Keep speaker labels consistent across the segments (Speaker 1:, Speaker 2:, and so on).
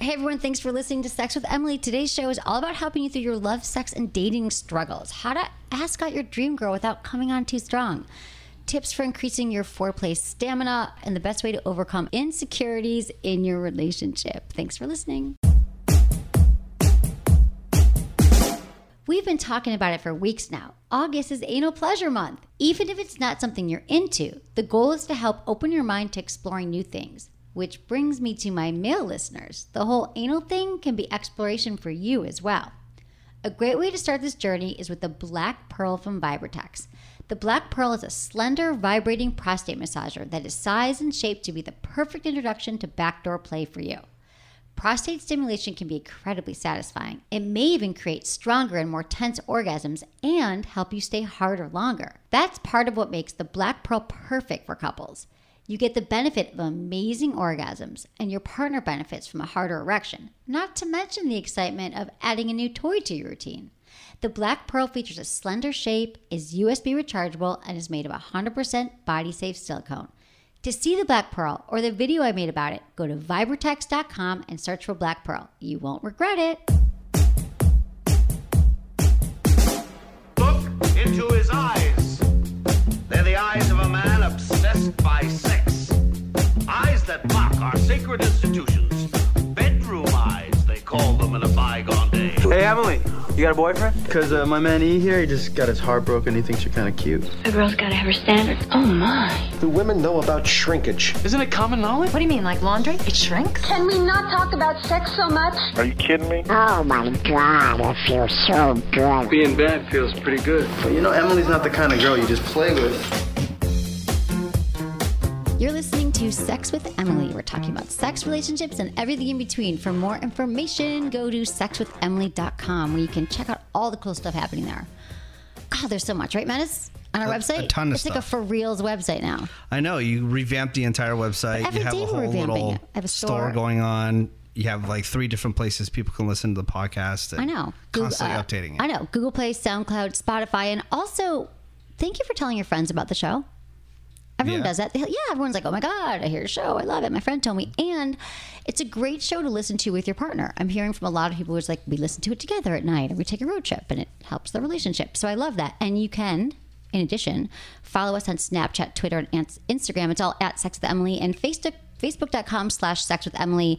Speaker 1: Hey everyone, thanks for listening to Sex with Emily. Today's show is all about helping you through your love, sex, and dating struggles. How to ask out your dream girl without coming on too strong. Tips for increasing your foreplay stamina and the best way to overcome insecurities in your relationship. Thanks for listening. We've been talking about it for weeks now. August is anal pleasure month. Even if it's not something you're into, the goal is to help open your mind to exploring new things. Which brings me to my male listeners. The whole anal thing can be exploration for you as well. A great way to start this journey is with the Black Pearl from Vibratex. The Black Pearl is a slender, vibrating prostate massager that is sized and shaped to be the perfect introduction to backdoor play for you. Prostate stimulation can be incredibly satisfying. It may even create stronger and more tense orgasms and help you stay harder longer. That's part of what makes the Black Pearl perfect for couples. You get the benefit of amazing orgasms, and your partner benefits from a harder erection, not to mention the excitement of adding a new toy to your routine. The Black Pearl features a slender shape, is USB rechargeable, and is made of 100% body safe silicone. To see the Black Pearl or the video I made about it, go to vibratex.com and search for Black Pearl. You won't regret it.
Speaker 2: Look into his eyes. They're the eyes of a man obsessed by sex. Eyes that mock our sacred institutions. Bedroom eyes, they call them in a bygone day.
Speaker 3: Hey, Emily, you got a boyfriend? Because uh, my man E here, he just got his heart broken. He thinks you're kind of cute.
Speaker 4: A girl's gotta have her standards. Oh my.
Speaker 5: Do women know about shrinkage?
Speaker 3: Isn't it common knowledge?
Speaker 4: What do you mean, like laundry? It shrinks?
Speaker 6: Can we not talk about sex so much?
Speaker 7: Are you kidding me?
Speaker 8: Oh my god, it feels so good.
Speaker 3: Being bad feels pretty good. But you know, Emily's not the kind of girl you just play with.
Speaker 1: You're listening to Sex with Emily. We're talking about sex, relationships, and everything in between. For more information, go to sexwithemily.com where you can check out all the cool stuff happening there. God, there's so much, right, Menace? On our
Speaker 9: A- a
Speaker 1: website?
Speaker 9: ton of
Speaker 1: it's like a
Speaker 9: stuff.
Speaker 1: for reals website now.
Speaker 9: I know you revamped the entire website.
Speaker 1: Every
Speaker 9: you have
Speaker 1: day
Speaker 9: a
Speaker 1: we're
Speaker 9: whole
Speaker 1: revamping
Speaker 9: little
Speaker 1: it. I have a store.
Speaker 9: going on. You have like three different places people can listen to the podcast. and
Speaker 1: I know. Goog-
Speaker 9: Constantly
Speaker 1: uh,
Speaker 9: updating it.
Speaker 1: I know. Google Play, SoundCloud, Spotify, and also thank you for telling your friends about the show. Everyone
Speaker 9: Yeah.
Speaker 1: does that. They- Yeah, everyone's like, oh my God, I hear your show. I love it. My friend told me. And it's a great show to listen to with your partner. I'm hearing from a lot of people who's like, we listen to it together at night and we take a road trip and it helps the relationship. So I love that. And you can, in addition, follow us on Snapchat, Twitter, and Ants- Instagram. It's all at Sex with Emily and Facebook, Facebook.com slash Sex with Emily.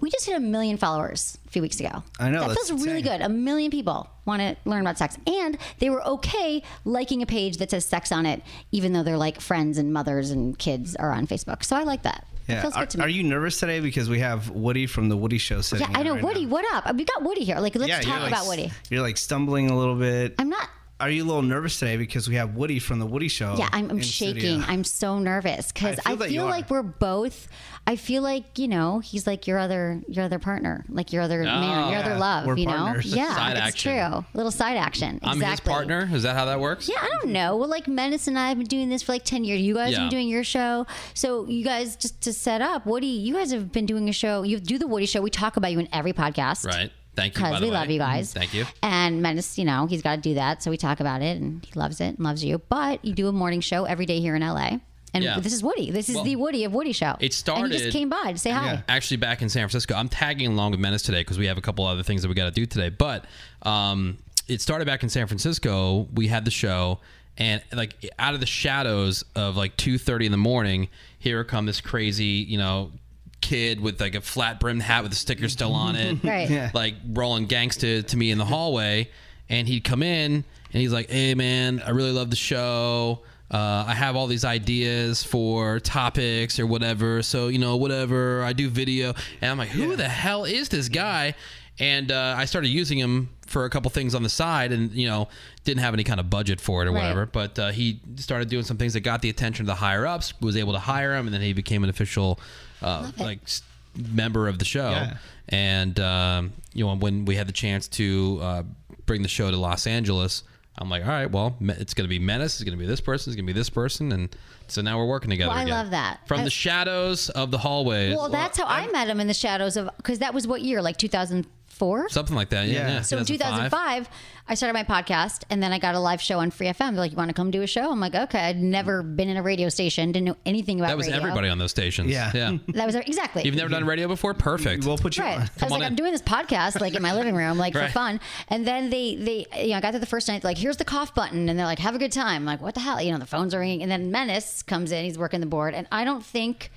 Speaker 1: We just hit a million followers a few weeks ago.
Speaker 9: I know,
Speaker 1: That
Speaker 9: that's
Speaker 1: feels really
Speaker 9: insane.
Speaker 1: good. A million people want to learn about sex. And they were okay liking a page that says sex on it, even though they're like friends and mothers and kids are on Facebook. So I like that. It
Speaker 9: Yeah.
Speaker 1: feels
Speaker 9: Are,
Speaker 1: good to me.
Speaker 9: are you nervous today because we have Woody from the Woody Show sitting?
Speaker 1: yeah, I
Speaker 9: in
Speaker 1: know.
Speaker 9: right
Speaker 1: Woody,
Speaker 9: now.
Speaker 1: what up? We got Woody here. Like, let's
Speaker 9: Yeah, you're,
Speaker 1: talk
Speaker 9: like,
Speaker 1: about
Speaker 9: s-
Speaker 1: Woody.
Speaker 9: You're like stumbling a little bit.
Speaker 1: I'm not.
Speaker 9: Are you a little nervous today because we have Woody from the Woody Show?
Speaker 1: Yeah, I'm, I'm
Speaker 9: in studio?
Speaker 1: shaking. I'm so nervous because
Speaker 9: I feel
Speaker 1: I feel,
Speaker 9: that you are.
Speaker 1: like we're both. I feel like you know he's like your other your other partner, like your other
Speaker 10: Ah,
Speaker 1: man, your
Speaker 9: yeah.
Speaker 1: other love.
Speaker 9: We're
Speaker 1: you know,
Speaker 9: partners.
Speaker 1: yeah,
Speaker 10: Side
Speaker 1: it's
Speaker 10: action.
Speaker 1: true. Little side action.
Speaker 10: I'm
Speaker 1: exactly.
Speaker 10: his partner. Is that how that works?
Speaker 1: Yeah, I don't know. Well, like Menace and I have been doing this for like 10 years. You guys have
Speaker 10: Yeah.
Speaker 1: been doing your show. So, you guys, just to set up, Woody, you guys have been doing a show. You do the Woody show. We talk about you in every podcast.
Speaker 10: Right. Thank you. by
Speaker 1: Because
Speaker 10: the
Speaker 1: we
Speaker 10: way. Mm-hmm.
Speaker 1: love you guys.
Speaker 10: Thank you.
Speaker 1: And Menace, you know, he's got to do that. So, we talk about it and he loves it and loves you. But you do a morning show every day here in LA. And
Speaker 10: Yeah.
Speaker 1: this is Woody. This is
Speaker 10: Well,
Speaker 1: the Woody of Woody Show.
Speaker 10: it
Speaker 1: And he just
Speaker 10: started-
Speaker 1: came by to say hi.
Speaker 9: Yeah.
Speaker 10: Actually, back in San Francisco, I'm tagging along with Menace today because we have a couple other things that we got to do today. But um, it started back in San Francisco. We had the show, and like out of the shadows of like 2:30 in the morning, here come this crazy, you know, kid with like a flat brimmed hat with a sticker still on it,
Speaker 1: Right. Yeah.
Speaker 10: like rolling gangsta to me in the hallway and he'd come in and he's like hey man i really love the show uh, i have all these ideas for topics or whatever so you know whatever i do video and i'm like who the hell is this guy and uh, i started using him for a couple things on the side and you know didn't have any kind of budget for it or
Speaker 1: Right.
Speaker 10: whatever but uh, he started doing some things that got the attention of the higher ups was able to hire him and then he became an official uh, like s- member of the show
Speaker 9: Yeah.
Speaker 10: and um, you know when we had the chance to uh, bring the show to Los Angeles, I'm like, all right, well, Me- it's going to be Menace, it's going to be this person, it's going to be this person, and so now we're working together.
Speaker 1: Well, I
Speaker 10: again.
Speaker 1: love that.
Speaker 10: From
Speaker 1: I-
Speaker 10: the shadows of the hallway.
Speaker 1: Well, that's how I, met him in the shadows of because that was what year, like 2000, four.
Speaker 10: something like that. Yeah.
Speaker 9: Yeah.
Speaker 10: yeah.
Speaker 1: So in 2005, I started my podcast and then I got a live show on Free FM. They're like, you want to come do a show? I'm like, okay. I'd never been in a radio station, didn't know anything about
Speaker 10: that was
Speaker 1: radio.
Speaker 10: everybody on those stations.
Speaker 9: Yeah.
Speaker 10: Yeah.
Speaker 1: That was exactly.
Speaker 10: You've never done radio before? Perfect.
Speaker 9: We'll put you
Speaker 1: Right. I
Speaker 9: on.
Speaker 1: was
Speaker 10: on
Speaker 1: like,
Speaker 10: in.
Speaker 1: I'm doing this podcast like in my living room, like
Speaker 10: Right.
Speaker 1: for fun. And then they, they, you know, I got there the first night, like, here's the cough button. And they're like, have a good time. I'm like, what the hell? You know, the phones are ringing. And then Menace comes in, he's working the board. And I don't think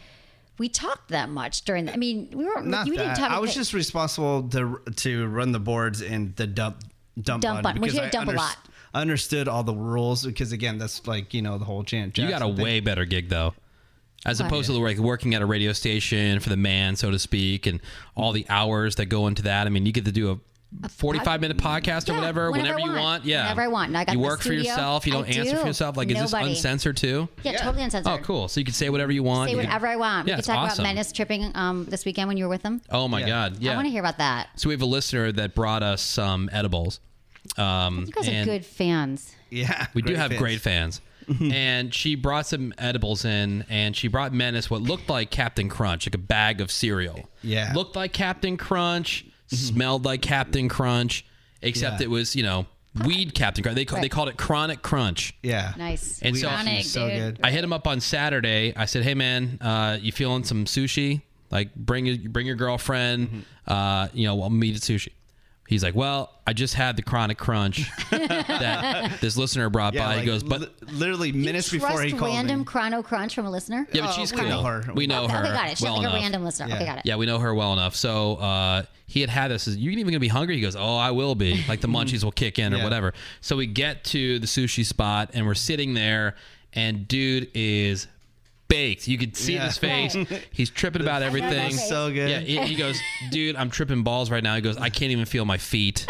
Speaker 1: we talked that much during the, I mean, we weren't,
Speaker 9: Not
Speaker 1: you
Speaker 9: that.
Speaker 1: didn't talk.
Speaker 9: I was just responsible to to run the boards and the dump dump,
Speaker 1: Dump button, which
Speaker 9: because
Speaker 1: you had to
Speaker 9: I
Speaker 1: dump a lot.
Speaker 9: Understood all the rules because again, that's like you know the whole chant.
Speaker 10: you got a way better gig though. As
Speaker 1: What?
Speaker 10: opposed to like working at a radio station for the man, so to speak, and all the hours that go into that. I mean, you get to do a, 45 minute podcast or
Speaker 1: Yeah, whenever I
Speaker 10: whatever, whenever, you
Speaker 1: want.
Speaker 10: want. Yeah.
Speaker 1: Whenever I want. And I got
Speaker 10: you
Speaker 1: the
Speaker 10: work for
Speaker 1: studio.
Speaker 10: yourself. You
Speaker 1: I
Speaker 10: don't answer for
Speaker 1: do.
Speaker 10: yourself. Like, is this
Speaker 1: Nobody.
Speaker 10: uncensored too?
Speaker 1: yeah, totally uncensored.
Speaker 10: Oh, cool. So you can say whatever you want.
Speaker 1: Say
Speaker 10: You can-
Speaker 1: whatever I want.
Speaker 10: Yeah,
Speaker 1: we
Speaker 10: it's
Speaker 1: could talk
Speaker 10: awesome.
Speaker 1: about Menace tripping um, this weekend when you were with him.
Speaker 10: Oh, my God. Yeah.
Speaker 1: I want to hear about that.
Speaker 10: So we have a listener that brought us some edibles. Um,
Speaker 1: You guys
Speaker 10: and
Speaker 1: are good fans.
Speaker 9: Yeah,
Speaker 10: We do have great fans. and she brought some edibles in, and she brought Menace what looked like Captain Crunch, like a bag of cereal.
Speaker 9: Yeah.
Speaker 10: Looked like Captain Crunch, smelled like Captain Crunch, except
Speaker 9: Yeah.
Speaker 10: it was, you know, weed Captain Crunch. They, ca- they
Speaker 1: Right.
Speaker 10: chronic called it Chronic Crunch.
Speaker 9: Yeah,
Speaker 1: Nice.
Speaker 10: And so-
Speaker 1: Chronic,
Speaker 9: So
Speaker 1: dude.
Speaker 9: good.
Speaker 10: I hit him up on Saturday. I said, "Hey man, uh, you feeling some sushi? Like bring your bring your girlfriend.
Speaker 9: Mm-hmm.
Speaker 10: Uh, you know, we'll meet at sushi." He's like, "Well, I just had the chronic crunch that this listener brought
Speaker 9: Yeah,
Speaker 10: by."
Speaker 9: like,
Speaker 10: he goes, "But
Speaker 9: li- literally minutes before
Speaker 1: Trust
Speaker 9: he called
Speaker 1: random
Speaker 9: me.
Speaker 1: chrono crunch from a listener.
Speaker 10: yeah, but
Speaker 9: Oh,
Speaker 10: she's
Speaker 9: we
Speaker 10: cool.
Speaker 9: know her.
Speaker 10: We know her.
Speaker 1: Okay, got it. She's
Speaker 10: well
Speaker 1: like a
Speaker 10: enough.
Speaker 1: random listener. Okay,
Speaker 9: Yeah.
Speaker 1: got it.
Speaker 10: Yeah, we know her well enough. So uh, he had had this. You're even gonna be hungry. He goes, "Oh, I will be." Like the munchies will kick in or
Speaker 9: Yeah.
Speaker 10: whatever. So we get to the sushi spot and we're sitting there, and dude is baked. You could see it in
Speaker 9: Yeah.
Speaker 10: his face. He's tripping about everything.
Speaker 1: face.
Speaker 9: So good.
Speaker 10: Yeah, he, he goes, dude, I'm tripping balls right now. He goes, I can't even feel my feet.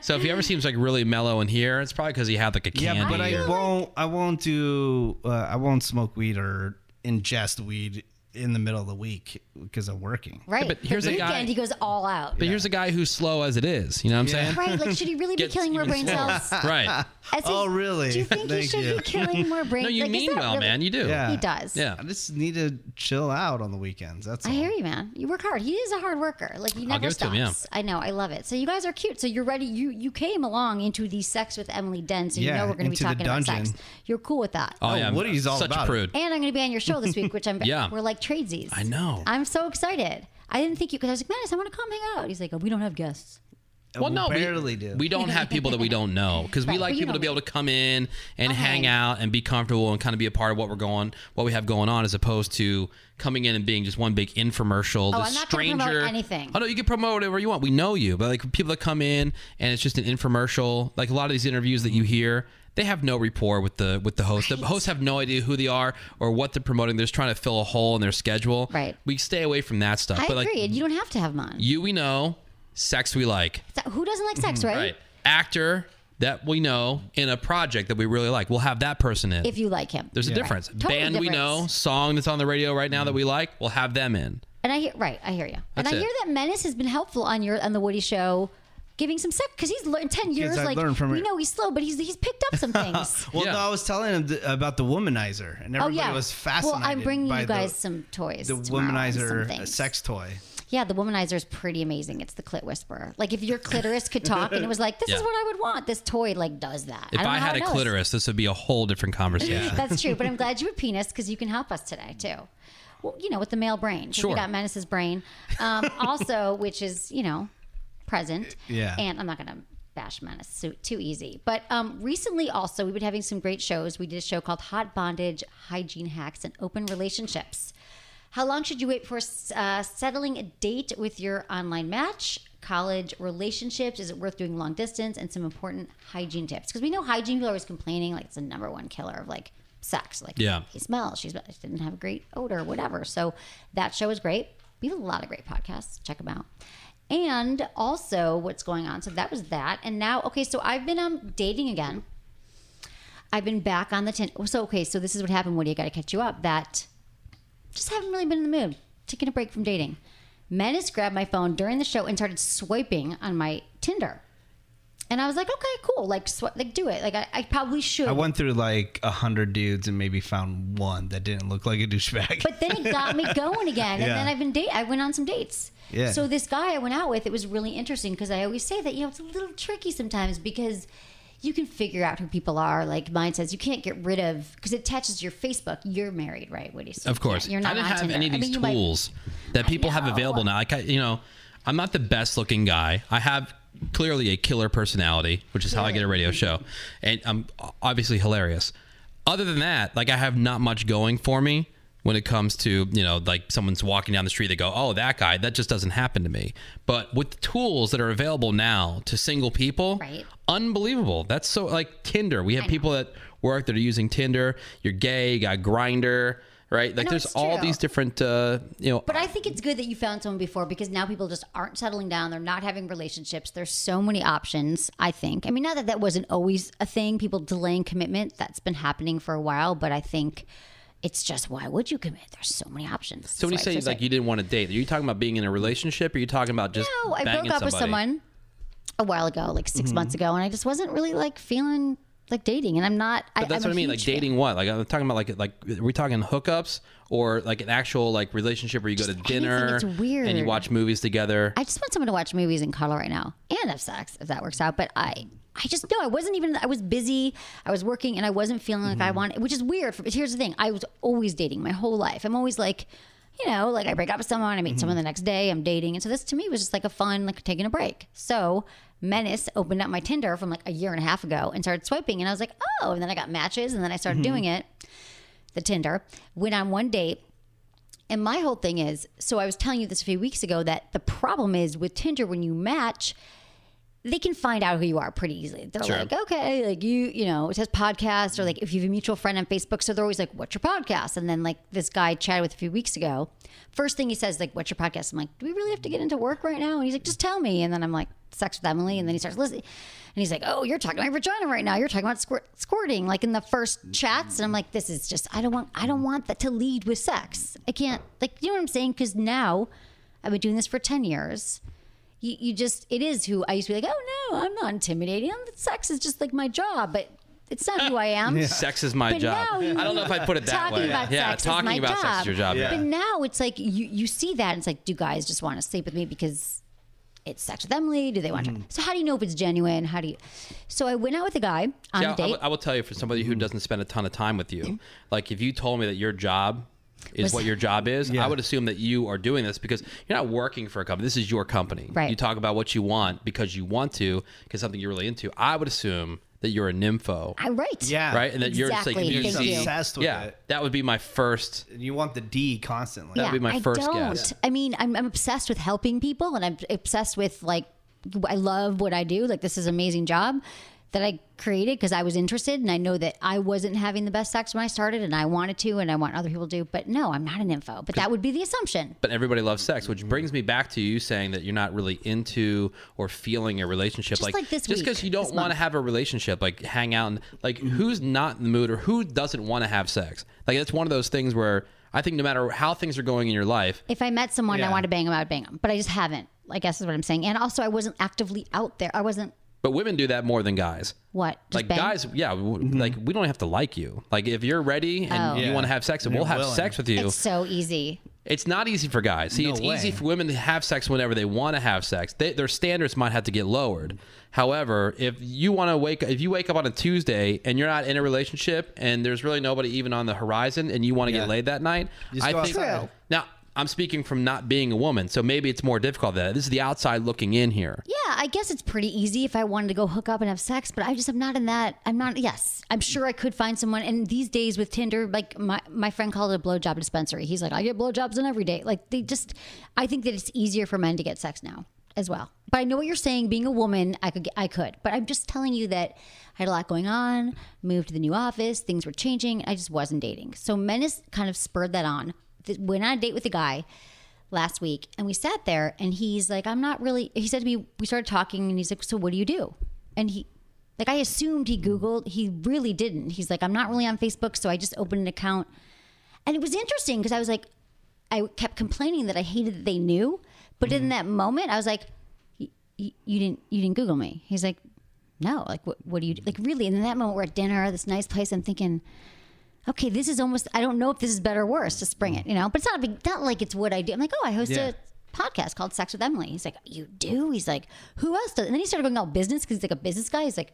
Speaker 10: So if he ever seems like really mellow in here, it's probably because he had like a
Speaker 9: Yeah,
Speaker 10: candy.
Speaker 9: but I
Speaker 10: or-
Speaker 9: won't. I won't do. Uh, I won't smoke weed or ingest weed in the middle of the week because I'm working.
Speaker 1: Right.
Speaker 10: but here's
Speaker 1: the
Speaker 10: a guy-
Speaker 1: weekend, he goes all out.
Speaker 10: But here's a guy who's slow as it is. You know what I'm saying?
Speaker 1: right. Like, should he really be
Speaker 10: Gets
Speaker 1: killing more
Speaker 10: even
Speaker 1: brain
Speaker 10: slower.
Speaker 1: cells?
Speaker 10: right.
Speaker 1: As
Speaker 9: Oh,
Speaker 1: in,
Speaker 9: really?
Speaker 1: Do you think he
Speaker 9: Thank
Speaker 1: should
Speaker 9: you.
Speaker 1: be killing more brain?
Speaker 10: No, you
Speaker 1: like, is
Speaker 10: mean
Speaker 1: that
Speaker 10: well,
Speaker 1: really-
Speaker 10: man. You do.
Speaker 9: Yeah.
Speaker 1: He does.
Speaker 10: Yeah.
Speaker 9: I just need to chill out on the weekends. That's
Speaker 1: I
Speaker 9: all.
Speaker 1: hear you, man. You work hard. He is a hard worker. Like he never
Speaker 10: give it to
Speaker 1: stops.
Speaker 10: him, yeah.
Speaker 1: I know. I love it. So you guys are cute. So you're ready. You you came along into the sex with Emily Den. So you
Speaker 9: Yeah,
Speaker 1: know we're going to be
Speaker 9: into the
Speaker 1: talking about
Speaker 9: dungeon.
Speaker 1: sex. You're cool with that.
Speaker 10: Oh,
Speaker 9: Oh,
Speaker 10: yeah.
Speaker 9: Woody's all
Speaker 10: such
Speaker 9: about
Speaker 10: a
Speaker 9: it.
Speaker 10: prude.
Speaker 1: And I'm going to be on your show this week, which I'm.
Speaker 10: Yeah.
Speaker 1: We're like tradesies.
Speaker 10: I know.
Speaker 1: I'm so excited. I didn't think you because I was like, Menace, I want to come hang out. He's like, oh, we don't have guests.
Speaker 9: we
Speaker 10: we-
Speaker 9: barely do.
Speaker 10: We don't have people that we don't know because we
Speaker 1: Right,
Speaker 10: like
Speaker 1: but you
Speaker 10: people
Speaker 1: know
Speaker 10: to be
Speaker 1: me.
Speaker 10: able to come in and hang
Speaker 1: hang.
Speaker 10: out and be comfortable and kind of be a part of what we're going, what we have going on, as opposed to coming in and being just one big infomercial.
Speaker 1: Oh,
Speaker 10: the
Speaker 1: I'm not gonna
Speaker 10: stranger,
Speaker 1: promote anything.
Speaker 10: Oh no, you can promote whatever you want. We know you, but like people that come in and it's just an infomercial. Like a lot of these interviews that you hear. They have no rapport with the with the host. The hosts have no idea who they are or what they're promoting. They're just trying to fill a hole in their schedule.
Speaker 1: Right.
Speaker 10: We stay away from that stuff.
Speaker 1: I
Speaker 10: but
Speaker 1: agree.
Speaker 10: like
Speaker 1: and you don't have to have them on.
Speaker 10: you, we know. Sex we like.
Speaker 1: So who doesn't like sex, right?
Speaker 10: Right. Actor that we know in a project that we really like. We'll have that person in.
Speaker 1: If you like him.
Speaker 10: There's a difference.
Speaker 1: Totally
Speaker 10: Band we
Speaker 1: difference.
Speaker 10: know, song that's on the radio right now that we like, we'll have them in.
Speaker 1: And I hear right, I hear you. and
Speaker 10: That's
Speaker 1: I
Speaker 10: it.
Speaker 1: hear that Menace has been helpful on your on the Woody show, giving some sex because he's le- in ten years.
Speaker 9: I
Speaker 1: like
Speaker 9: learned from
Speaker 1: we
Speaker 9: it.
Speaker 1: know he's slow, but he's he's picked up some things.
Speaker 9: Well,
Speaker 10: Yeah.
Speaker 9: no, I was telling him th- about the womanizer, and
Speaker 1: oh
Speaker 9: everybody
Speaker 1: yeah,
Speaker 9: was fascinated.
Speaker 1: Well, I'm bringing
Speaker 9: by
Speaker 1: you guys
Speaker 9: the,
Speaker 1: some toys.
Speaker 9: the
Speaker 1: tomorrow and some
Speaker 9: womanizer
Speaker 1: things.
Speaker 9: sex toy.
Speaker 1: Yeah, the womanizer is pretty amazing. It's the clit whisperer. Like if your clitoris could talk and it was like, this is
Speaker 10: Yeah.
Speaker 1: what I would want. This toy like does that. don't
Speaker 10: If I,
Speaker 1: know how
Speaker 10: had
Speaker 1: it
Speaker 10: a
Speaker 1: knows.
Speaker 10: clitoris, this would be a whole different conversation.
Speaker 1: That's true, but I'm glad you have a penis because you can help us today too. Well, you know, with the male brain. 'cause
Speaker 10: Sure.
Speaker 1: We got Menace's brain, um, also, which is you know present.
Speaker 10: Uh,
Speaker 9: Yeah.
Speaker 1: And I'm not gonna bash Menace so, too easy, but um, recently also we've been having some great shows. We did a show called Hot Bondage, Hygiene Hacks, and Open Relationships. How long should you wait before uh, settling a date with your online match? College relationships? Is it worth doing long distance? And some important hygiene tips because we know hygiene people are always complaining like it's the number one killer of like sex. Like
Speaker 10: Yeah.
Speaker 1: he smells, she smells, she didn't have a great odor, whatever. So that show is great. We have a lot of great podcasts. Check them out. And also what's going on. So that was that. And now, okay, so I've been um dating again. I've been back on the tin. So okay, so this is what happened. Woody, I got to catch you up. That just haven't really been in the mood. Taking a break from dating. Menace grabbed my phone during the show and started swiping on my Tinder. And I was like, okay, cool. Like, sw- like do it. Like, I, I probably should.
Speaker 11: I went through like a hundred dudes and maybe found one that didn't look like a douchebag.
Speaker 1: but then it got me going again. And
Speaker 11: Yeah.
Speaker 1: then I've been date. I went on some dates.
Speaker 11: Yeah.
Speaker 1: So this guy I went out with, it was really interesting because I always say that you know it's a little tricky sometimes because you can figure out who people are. Like mine says, you can't get rid of because it attaches to your Facebook. You're married, right? What do you say?
Speaker 9: Of course,
Speaker 1: you're not.
Speaker 9: I didn't
Speaker 1: on
Speaker 9: have
Speaker 1: Tinder.
Speaker 9: any of
Speaker 1: I
Speaker 9: these
Speaker 1: mean, you might-
Speaker 9: tools that people have
Speaker 1: know.
Speaker 9: available now. Like I, you know, I'm not the best looking guy. I have clearly a killer personality, which is how I get a radio show, and I'm obviously hilarious. Other than that, like I have not much going for me when it comes to you know like someone's walking down the street they go oh that guy that just doesn't happen to me but with the tools that are available now to single people
Speaker 1: Right.
Speaker 9: unbelievable. That's so like Tinder. We have people that work that are using Tinder. You're gay. You got Grinder, right? Like
Speaker 1: No,
Speaker 9: there's
Speaker 1: it's
Speaker 9: all
Speaker 1: true.
Speaker 9: these different, uh, you know.
Speaker 1: But I think it's good that you found someone before because now people just aren't settling down. They're not having relationships. There's so many options, I think. I mean, not that that wasn't always a thing, people delaying commitment. That's been happening for a while, but I think it's just why would you commit? There's so many options.
Speaker 9: so when you
Speaker 1: That's why
Speaker 9: say
Speaker 1: it's
Speaker 9: like
Speaker 1: just
Speaker 9: you didn't want to date, are you talking about being in a relationship? Or are you talking about just
Speaker 1: no, I
Speaker 9: banging
Speaker 1: broke up with
Speaker 9: somebody? Mm-hmm.
Speaker 1: someone a while ago, like 6 months ago, and I just wasn't really like feeling like dating. And I'm not. I,
Speaker 9: But that's
Speaker 1: I'm a
Speaker 9: what I mean. Like
Speaker 1: huge fan.
Speaker 9: dating what? Like I'm talking about like like are we talking hookups or like an actual like relationship where you go to
Speaker 1: anything.
Speaker 9: dinner
Speaker 1: It's
Speaker 9: and you
Speaker 1: weird.
Speaker 9: watch movies together.
Speaker 1: I just want someone to watch movies and cuddle right now and have sex if that works out. But I, I just no, I wasn't even. I was busy. I was working and I wasn't feeling like I wanted, which is weird. For, here's the thing: I was always dating my whole life. I'm always like, you know, like I break up with someone, I meet someone the next day, I'm dating, and so this to me was just like a fun, like taking a break. So Menace opened up my Tinder from like a year and a half ago and started swiping, and I was like, oh, and then I got matches, and then I started doing it. The Tinder went on one date. And my whole thing is so I was telling you this a few weeks ago that the problem is with Tinder when you match, they can find out who you are pretty easily. They're like, okay, like you, you know, it says podcast or like if you have a mutual friend on Facebook. So they're always like, what's your podcast? And then like this guy I chatted with a few weeks ago, first thing he says, like, what's your podcast? I'm like, do we really have to get into work right now? And he's like, just tell me. And then I'm like, sex with Emily. And then he starts listening. And he's like, oh, you're talking about vagina right now. You're talking about squirt, squirting, like in the first chats. And I'm like, this is just, I don't want, I don't want that to lead with sex. I can't, like, you know what I'm saying? Because now I've been doing this for 10 years you, you just it is who I used to be like, oh no, I'm not intimidating. I'm- Sex is just like my job, but it's not who I am.
Speaker 9: Sex is my
Speaker 1: But now
Speaker 9: job.
Speaker 1: you-
Speaker 9: I don't know if I put it that
Speaker 1: talking
Speaker 9: way.
Speaker 1: about
Speaker 9: yeah,
Speaker 1: sex is
Speaker 9: talking
Speaker 1: my
Speaker 9: about sex is
Speaker 1: job.
Speaker 9: your job.
Speaker 11: Yeah.
Speaker 1: But now it's like you you see that and it's like, do guys just want to sleep with me because it's sex with Emily? Do they want to? So how do you know if it's genuine? How do you? So I went out with a guy on
Speaker 9: Yeah,
Speaker 1: a date.
Speaker 9: I will- I will tell you for somebody who doesn't spend a ton of time with you, like if you told me that your job is
Speaker 1: Was-
Speaker 9: what your job is,
Speaker 11: Yeah.
Speaker 9: I would assume that you are doing this because you're not working for a company. This is your company.
Speaker 1: Right.
Speaker 9: You talk about what you want because you want to, because something you're really into. I would assume that you're a nympho,
Speaker 1: I right.
Speaker 11: yeah,
Speaker 9: right? And that
Speaker 1: Exactly.
Speaker 9: you're
Speaker 11: You're
Speaker 9: just
Speaker 11: just
Speaker 9: like
Speaker 1: Thank you.
Speaker 11: obsessed with
Speaker 9: yeah,
Speaker 11: it.
Speaker 9: that would be my first.
Speaker 11: And you want the D constantly.
Speaker 9: Yeah. would be my
Speaker 1: I
Speaker 9: first
Speaker 1: don't.
Speaker 9: guess.
Speaker 1: I mean, I'm, I'm obsessed with helping people, and I'm obsessed with like I love what I do. Like this is an amazing job that I created because I was interested, and I know that I wasn't having the best sex when I started, and I wanted to, and I want other people to. But no, I'm not an info. But that would be the assumption.
Speaker 9: But everybody loves sex, which
Speaker 1: Mm-hmm.
Speaker 9: brings me back to you saying that you're not really into or feeling a relationship.
Speaker 1: Just like this
Speaker 9: just
Speaker 1: week,
Speaker 9: because you
Speaker 1: this
Speaker 9: don't want to
Speaker 1: month. Mm-hmm.
Speaker 9: have a relationship, like hang out and like who's not in the mood or who doesn't want to have sex. Like it's one of those things where I think no matter how things are going in your life,
Speaker 1: If I met someone and
Speaker 11: Yeah.
Speaker 1: I wanted to bang them, I would bang them. But I just haven't. I guess is what I'm saying. And also, I wasn't actively out there. I wasn't
Speaker 9: but women do that more than guys.
Speaker 1: what just
Speaker 9: like
Speaker 1: bang?
Speaker 9: guys, yeah, w like we don't have to like you. Like if you're ready and you
Speaker 11: Yeah.
Speaker 9: want to have sex, we'll
Speaker 11: They're
Speaker 9: have
Speaker 11: willing.
Speaker 9: sex with you.
Speaker 1: Oh. It's so easy.
Speaker 9: It's not easy for guys. See,
Speaker 11: No
Speaker 9: it's
Speaker 11: way.
Speaker 9: easy for women to have sex whenever they want to have sex. They, their standards might have to get lowered. However, if you want to wake, if you wake up on a Tuesday and you're not in a relationship and there's really nobody even on the horizon and you want to
Speaker 11: Yeah.
Speaker 9: get laid that night,
Speaker 11: Just
Speaker 9: I
Speaker 11: go
Speaker 9: think
Speaker 11: outside. True.
Speaker 9: now I'm speaking from not being a woman, so maybe it's more difficult than that. This is the outside looking in here.
Speaker 1: Yeah, I guess it's pretty easy if I wanted to go hook up and have sex, but I just am not in that. I'm not. Yes, I'm sure I could find someone. And these days with Tinder, like my my friend called it a blowjob dispensary. He's like, I get blowjobs on every day. Like they just, I think that it's easier for men to get sex now as well. But I know what you're saying. Being a woman, I could get- I could, but I'm just telling you that I had a lot going on. Moved to the new office, things were changing. I just wasn't dating. So Menace kind of spurred that on. Th- Went on a date with a guy last week and we sat there and he's like i'm not really he said to me we started talking and he's like so what do you do and he like i assumed he googled he really didn't he's like i'm not really on facebook so i just opened an account and it was interesting because i was like i kept complaining that i hated that they knew but in that moment i was like y- y- you didn't you didn't google me he's like no, like what, what do you like really? And in that moment, we're at dinner, this nice place. I'm thinking, okay, this is almost. I don't know if this is better or worse. Just bring it, you know. But it's not a big, not like it's what I do. I'm like, oh, I host
Speaker 10: Yeah.
Speaker 1: a podcast called Sex with Emily. He's like, you do? He's like, who else does? And then he started going all business because he's like a business guy. He's like,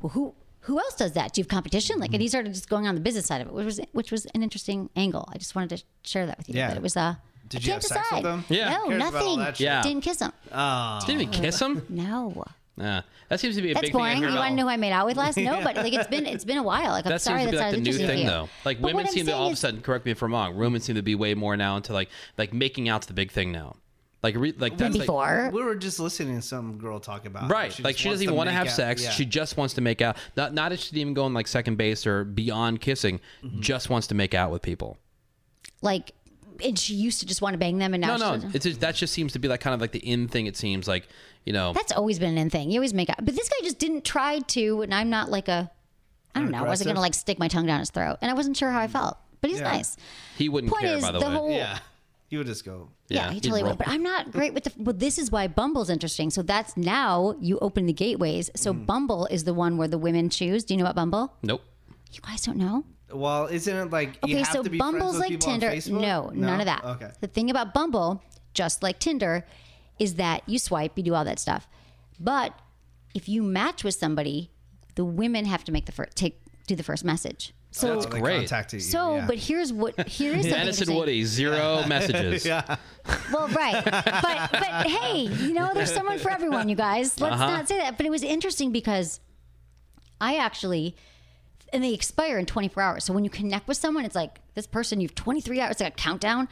Speaker 1: well, who? Who else does that? Do you have competition?
Speaker 9: Mm-hmm.
Speaker 1: Like, and he started just going on the business side of it, which was which was an interesting angle. I just wanted to share that with you.
Speaker 9: Yeah.
Speaker 1: but it was uh,
Speaker 9: Did
Speaker 1: I
Speaker 9: you
Speaker 1: can't
Speaker 9: have sex with
Speaker 1: decide.
Speaker 9: them?
Speaker 10: Yeah.
Speaker 1: no,
Speaker 9: Cares about all
Speaker 1: nothing.
Speaker 9: that shit.
Speaker 10: Yeah.
Speaker 1: didn't kiss him.
Speaker 10: Didn't even kiss him.
Speaker 1: No.
Speaker 10: Nah, that seems to be a
Speaker 1: That's
Speaker 10: big thing. I
Speaker 1: boring.
Speaker 10: hear
Speaker 1: You
Speaker 10: about.
Speaker 1: want to know who I made out with last? No, but like it's been it's been a while. Like I'm
Speaker 10: that
Speaker 1: sorry,
Speaker 10: seems to be
Speaker 1: that's
Speaker 10: like
Speaker 1: not
Speaker 10: the new
Speaker 1: interesting
Speaker 10: thing,
Speaker 1: to you.
Speaker 10: though. Like
Speaker 1: But
Speaker 10: women
Speaker 1: what I'm
Speaker 10: seem to
Speaker 1: saying
Speaker 10: all of a
Speaker 1: is-
Speaker 10: sudden. Correct me if I'm wrong. Women seem to be way more now into like like making out's the big thing now. Like re, like
Speaker 1: than
Speaker 10: that's like,
Speaker 1: before.
Speaker 9: We were just listening to some girl talk about
Speaker 10: Right, like she doesn't even want to have sex. She
Speaker 9: She
Speaker 10: just wants to make out. Not not that she even go on like second base or beyond kissing. Just wants to make out with people.
Speaker 1: like, and she used to just want to bang them, and now
Speaker 10: no,
Speaker 1: she
Speaker 10: no,
Speaker 1: doesn't.
Speaker 10: it's just, that just seems to be like kind of like the in thing. It seems like you know.
Speaker 1: that's always been an in thing. You always make out, but this guy just didn't try to. And I'm not like a, I don't know. I wasn't
Speaker 9: Aggressive?
Speaker 1: gonna like stick my tongue down his throat, and I wasn't sure how I felt. But he's nice.
Speaker 10: he wouldn't
Speaker 1: Point
Speaker 10: care.
Speaker 1: is,
Speaker 10: by the,
Speaker 1: the
Speaker 10: way,
Speaker 1: whole
Speaker 9: yeah, he would just go.
Speaker 1: Yeah, he
Speaker 10: he'd
Speaker 1: totally
Speaker 10: roll.
Speaker 1: would. But I'm not great with the. Well, this is why Bumble's interesting. So that's now you open the gateways. So Bumble is the one where the women choose. Do you know about Bumble?
Speaker 10: nope.
Speaker 1: You guys don't know?
Speaker 9: Well, isn't it like you
Speaker 1: Okay,
Speaker 9: have
Speaker 1: so
Speaker 9: to be friends
Speaker 1: Bumble's
Speaker 9: with
Speaker 1: like
Speaker 9: people on
Speaker 1: Tinder.
Speaker 9: Facebook?
Speaker 1: No, none of that.
Speaker 9: Okay,
Speaker 1: The thing about Bumble, just like Tinder, is that you swipe, you do all that stuff. But if you match with somebody, the women have to make the first take do the first message. So
Speaker 10: That's
Speaker 9: They
Speaker 10: great.
Speaker 9: contacted you,
Speaker 1: so,
Speaker 9: yeah.
Speaker 1: but here's what here is something
Speaker 10: Dennis and
Speaker 1: interesting.
Speaker 10: Woody zero messages.
Speaker 1: Well, right. But but hey, you know, there's someone for everyone, you guys. Let's
Speaker 10: Uh-huh.
Speaker 1: not say that. But it was interesting because I actually and they expire in 24 hours. So when you connect with someone, it's like this person you've 23 hours, it's like a countdown.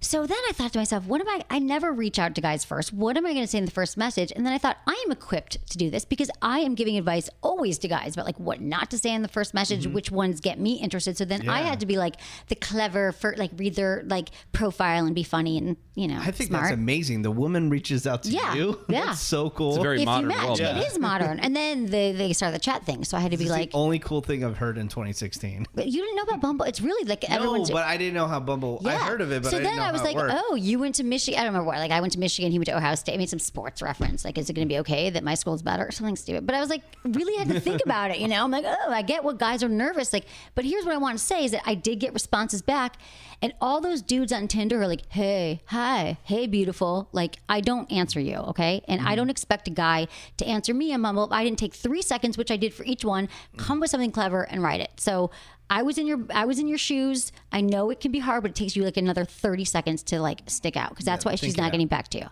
Speaker 1: So then I thought to myself, what am I? I never reach out to guys first. What am I going to say in the first message? And then I thought, I am equipped to do this because I am giving advice always to guys about like what not to say in the first message, which ones get me interested. So then I
Speaker 9: Mm-hmm. Yeah.
Speaker 1: had to be like the clever, for like read their like profile and be funny and you know
Speaker 9: I think
Speaker 1: smart.
Speaker 9: that's amazing. The woman reaches out to
Speaker 1: Yeah,
Speaker 9: you.
Speaker 1: yeah.
Speaker 9: that's so cool.
Speaker 10: It's a very
Speaker 1: if
Speaker 10: modern
Speaker 1: you match,
Speaker 10: world. now.
Speaker 1: it is modern. And then they, they start the chat thing. So I had to be
Speaker 9: It's
Speaker 1: like,
Speaker 9: the only cool thing I've heard in 2016.
Speaker 1: but you didn't know about Bumble. It's really like
Speaker 9: No,
Speaker 1: everyone's.
Speaker 9: but I didn't know how Bumble. I heard of it, but
Speaker 1: so
Speaker 9: I
Speaker 1: then
Speaker 9: didn't know
Speaker 1: I was
Speaker 9: how
Speaker 1: like,
Speaker 9: it worked.
Speaker 1: "Oh, you went to Michigan? I don't remember why. Like, I went to Michigan. He went to Ohio State. I made some sports reference. Like, is it going to be okay that my school's better or something stupid?" But I was like, really had to think about it. You know, I'm like, "Oh, I get what guys are nervous. Like, but here's what I want to say is that I did get responses back, and all those dudes on Tinder are like, "Hey, hi, hey, beautiful." Like, I don't answer you, okay, and I
Speaker 9: Mm-hmm.
Speaker 1: don't expect a guy to answer me a mumble. I didn't take three seconds, which I did for each one. Come with something clever and write it. So. I was in your I was in your shoes. I know it can be hard, but it takes you like another thirty seconds to like stick out because that's why she's
Speaker 9: think it
Speaker 1: not
Speaker 9: out.
Speaker 1: getting back to you.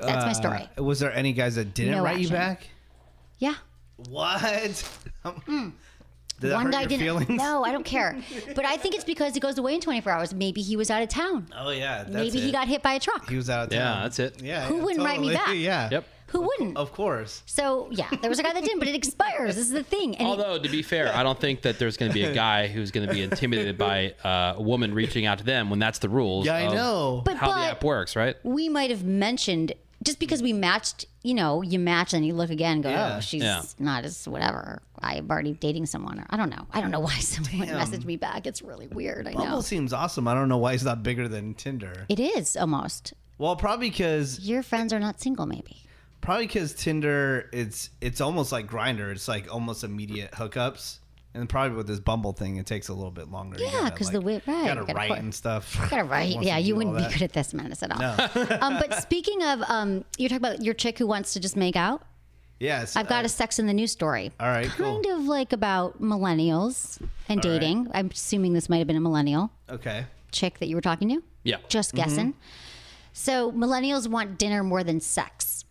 Speaker 1: "Oh, That's my story.
Speaker 9: Uh, was there any guys that didn't
Speaker 1: No
Speaker 9: write
Speaker 1: action.
Speaker 9: you back?
Speaker 1: Yeah,
Speaker 9: What? Hmm. Did that
Speaker 1: one
Speaker 9: hurt
Speaker 1: guy
Speaker 9: your
Speaker 1: didn't.
Speaker 9: feelings?
Speaker 1: No, I don't care. but I think it's because it goes away in twenty four hours. Maybe he was out of town.
Speaker 9: Oh yeah, that's
Speaker 1: Maybe he
Speaker 9: it.
Speaker 1: got hit by a truck.
Speaker 9: He was out of
Speaker 10: Yeah,
Speaker 9: town.
Speaker 10: that's it.
Speaker 9: Yeah.
Speaker 1: Who
Speaker 9: yeah,
Speaker 1: wouldn't write me
Speaker 9: totally.
Speaker 1: back?
Speaker 9: Yeah.
Speaker 10: Yep.
Speaker 1: Who wouldn't?
Speaker 9: Of course.
Speaker 1: So yeah, there was a guy that didn't, but it expires. This is the thing. And it-
Speaker 10: Although to be fair, I don't think that there's going to be a guy who's going to be intimidated by uh, a woman reaching out to them when that's the rules.
Speaker 9: Yeah, I
Speaker 10: of
Speaker 9: know.
Speaker 1: But-
Speaker 10: how the app works, right?
Speaker 1: we might have mentioned just because we matched, you know, you match and you look again and go,
Speaker 9: Yeah.
Speaker 1: oh, she's
Speaker 10: Yeah.
Speaker 1: not as whatever. I'm already dating someone. Or, I don't know. I don't know why someone messaged me back. It's really weird. I
Speaker 9: Bumble
Speaker 1: know.
Speaker 9: seems awesome. I don't know why it's not bigger than Tinder.
Speaker 1: It is almost.
Speaker 9: Well, probably because
Speaker 1: Your friends are not single, maybe.
Speaker 9: probably because Tinder, it's it's almost like Grinder. It's like almost immediate hookups, and probably with this Bumble thing, it takes a little bit longer. You
Speaker 1: Yeah,
Speaker 9: gotta,
Speaker 1: 'cause
Speaker 9: like,
Speaker 1: the wi- right,
Speaker 9: gotta
Speaker 1: you gotta
Speaker 9: write
Speaker 1: put-
Speaker 9: and stuff.
Speaker 1: Gotta write.
Speaker 9: Wants to
Speaker 1: Yeah,
Speaker 9: do
Speaker 1: you
Speaker 9: all
Speaker 1: wouldn't be
Speaker 9: that.
Speaker 1: good at this menace at all. um, but speaking of, um, you're talking about your chick who wants to just make out.
Speaker 9: Yeah, it's-
Speaker 1: I've got a sex in the news story.
Speaker 9: All right,
Speaker 1: Kind of like about millennials and
Speaker 9: All right.
Speaker 1: dating. I'm assuming this might have been a millennial
Speaker 9: Okay.
Speaker 1: chick that you were talking to.
Speaker 10: Yeah.
Speaker 1: Just
Speaker 9: Mm-hmm.
Speaker 1: guessing. So millennials want dinner more than sex.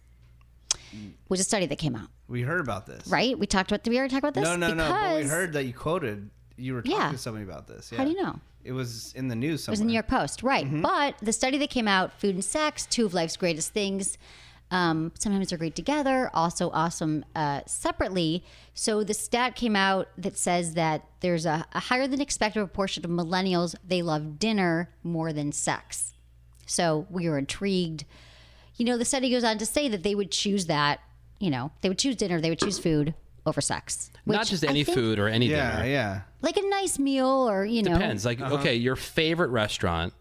Speaker 1: Was a study that came out,
Speaker 9: We heard about this.
Speaker 1: right? We talked about. Did we already talk about this?
Speaker 9: No, no,
Speaker 1: because,
Speaker 9: no. But we heard that you quoted. You were talking
Speaker 1: Yeah.
Speaker 9: to somebody about this. Yeah.
Speaker 1: How do you know?
Speaker 9: It was in the news
Speaker 1: It
Speaker 9: somewhere.
Speaker 1: was the New York Post, right?
Speaker 10: Mm-hmm.
Speaker 1: But the study that came out, Food and Sex, two of life's greatest things. Um, sometimes they're great together, also awesome uh, separately. So the stat came out that says that there's a, a higher than expected proportion of millennials they love dinner more than sex. So we were intrigued. You know, the study goes on to say that they would choose that. You know, they would choose dinner, they would choose food over sex.
Speaker 10: Not
Speaker 1: which
Speaker 10: just
Speaker 1: I
Speaker 10: any
Speaker 1: think-
Speaker 10: food or any
Speaker 9: Yeah,
Speaker 10: dinner.
Speaker 9: yeah.
Speaker 1: like a nice meal, or you know,
Speaker 10: Depends. Like,
Speaker 7: Uh-huh.
Speaker 10: okay, your favorite restaurant,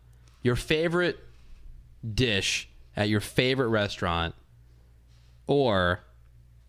Speaker 10: your favorite dish at your favorite restaurant, or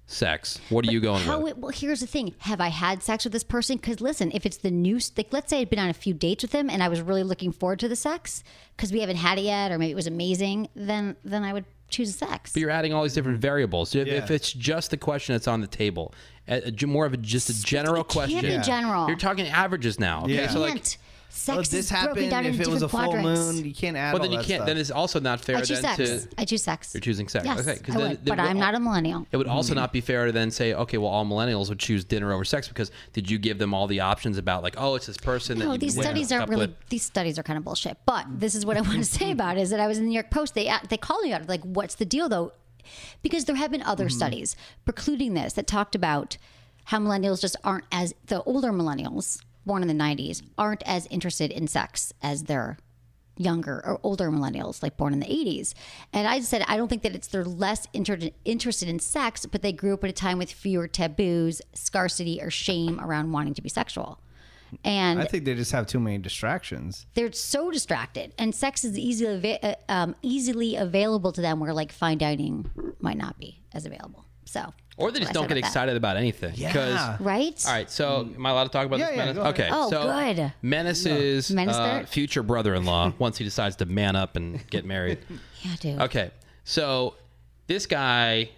Speaker 7: sex. What are you going
Speaker 1: How
Speaker 7: with?
Speaker 1: it, Oh, well, here's the thing: Have I had sex with this person? Because listen, if it's the new, like, let's say I'd been on a few dates with him and I was really looking forward to the sex because we haven't had it yet, or maybe it was amazing, then then I would choose sex.
Speaker 7: You're adding all these different variables. If, if
Speaker 9: Yeah.
Speaker 7: it's just the question that's on the table, a, a- more of a, just a general question.
Speaker 1: Can't be general.
Speaker 7: You're talking averages now. Okay?
Speaker 9: Yeah.
Speaker 7: So like,
Speaker 1: Can't. Sex
Speaker 9: Well, this
Speaker 1: is broken
Speaker 9: happened
Speaker 1: down
Speaker 9: if
Speaker 1: into
Speaker 9: it was
Speaker 1: different
Speaker 9: a full
Speaker 1: quadrants.
Speaker 9: moon. You can't add.
Speaker 7: well,
Speaker 9: all
Speaker 7: then you
Speaker 9: that
Speaker 7: can't.
Speaker 9: Stuff.
Speaker 7: Then it's also not fair.
Speaker 1: I choose
Speaker 7: then
Speaker 1: sex.
Speaker 7: to
Speaker 1: I choose sex.
Speaker 7: You're choosing sex.
Speaker 1: Yes, Oh,
Speaker 7: Okay, 'cause
Speaker 1: I
Speaker 7: then-
Speaker 1: would, but
Speaker 7: then we'll-
Speaker 1: I'm not a millennial.
Speaker 7: It would also not be fair to then say, okay, well, all millennials would choose dinner over sex because did you give them all the options about like, oh, it's this person that
Speaker 1: No,
Speaker 7: you
Speaker 1: these
Speaker 7: went
Speaker 1: studies
Speaker 7: up
Speaker 1: aren't really.
Speaker 7: with?
Speaker 1: These studies are kind of bullshit. But this is what I want to say about it, is that I was in the New York Post. They they called me out of like, what's the deal though? Because there have been other
Speaker 9: Mm-hmm.
Speaker 1: studies precluding this that talked about how millennials just aren't as the older millennials born in the '90s aren't as interested in sex as their younger or older millennials, like born in the 80s. And I said, I don't think that it's they're less inter- interested in sex, but they grew up at a time with fewer taboos, scarcity, or shame around wanting to be sexual. And
Speaker 9: I think they just have too many distractions.
Speaker 1: they're so distracted, and sex is easily ava- uh, um, easily available to them, where like fine dining might not be as available. So,
Speaker 7: Or they
Speaker 1: that's
Speaker 7: just
Speaker 1: what I said
Speaker 7: don't get
Speaker 1: about that.
Speaker 7: excited about anything. 'Cause-
Speaker 1: right?
Speaker 7: All right, so am I allowed to talk about
Speaker 9: Yeah,
Speaker 7: this?
Speaker 9: yeah,
Speaker 7: Menace?
Speaker 9: go ahead.
Speaker 7: Okay.
Speaker 1: Oh,
Speaker 7: so
Speaker 1: good.
Speaker 7: Menace is
Speaker 1: Menace
Speaker 7: uh,
Speaker 1: there?
Speaker 7: future brother-in-law once he decides to man up and get married.
Speaker 1: Yeah, dude.
Speaker 7: Okay, so this guy,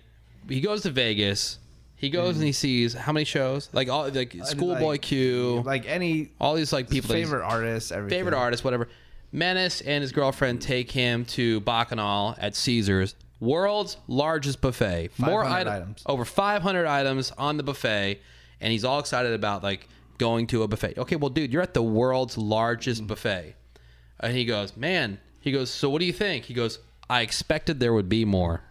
Speaker 7: he goes to Vegas. He goes and he sees how many shows, like all like Schoolboy Q,
Speaker 9: Mm. Like any
Speaker 7: all these like people. that he's-
Speaker 9: favorite artists, everything.
Speaker 7: favorite artist, whatever. Menace and his girlfriend take him to Bacchanal at Caesar's, world's largest buffet. More
Speaker 9: 500
Speaker 7: ite-
Speaker 9: items.
Speaker 7: over 500 items on the buffet, and he's all excited about like going to a buffet. Okay, well, dude, you're at the world's largest
Speaker 9: Mm-hmm.
Speaker 7: buffet, and he goes, man. He goes, so what do you think? He goes, I expected there would be more.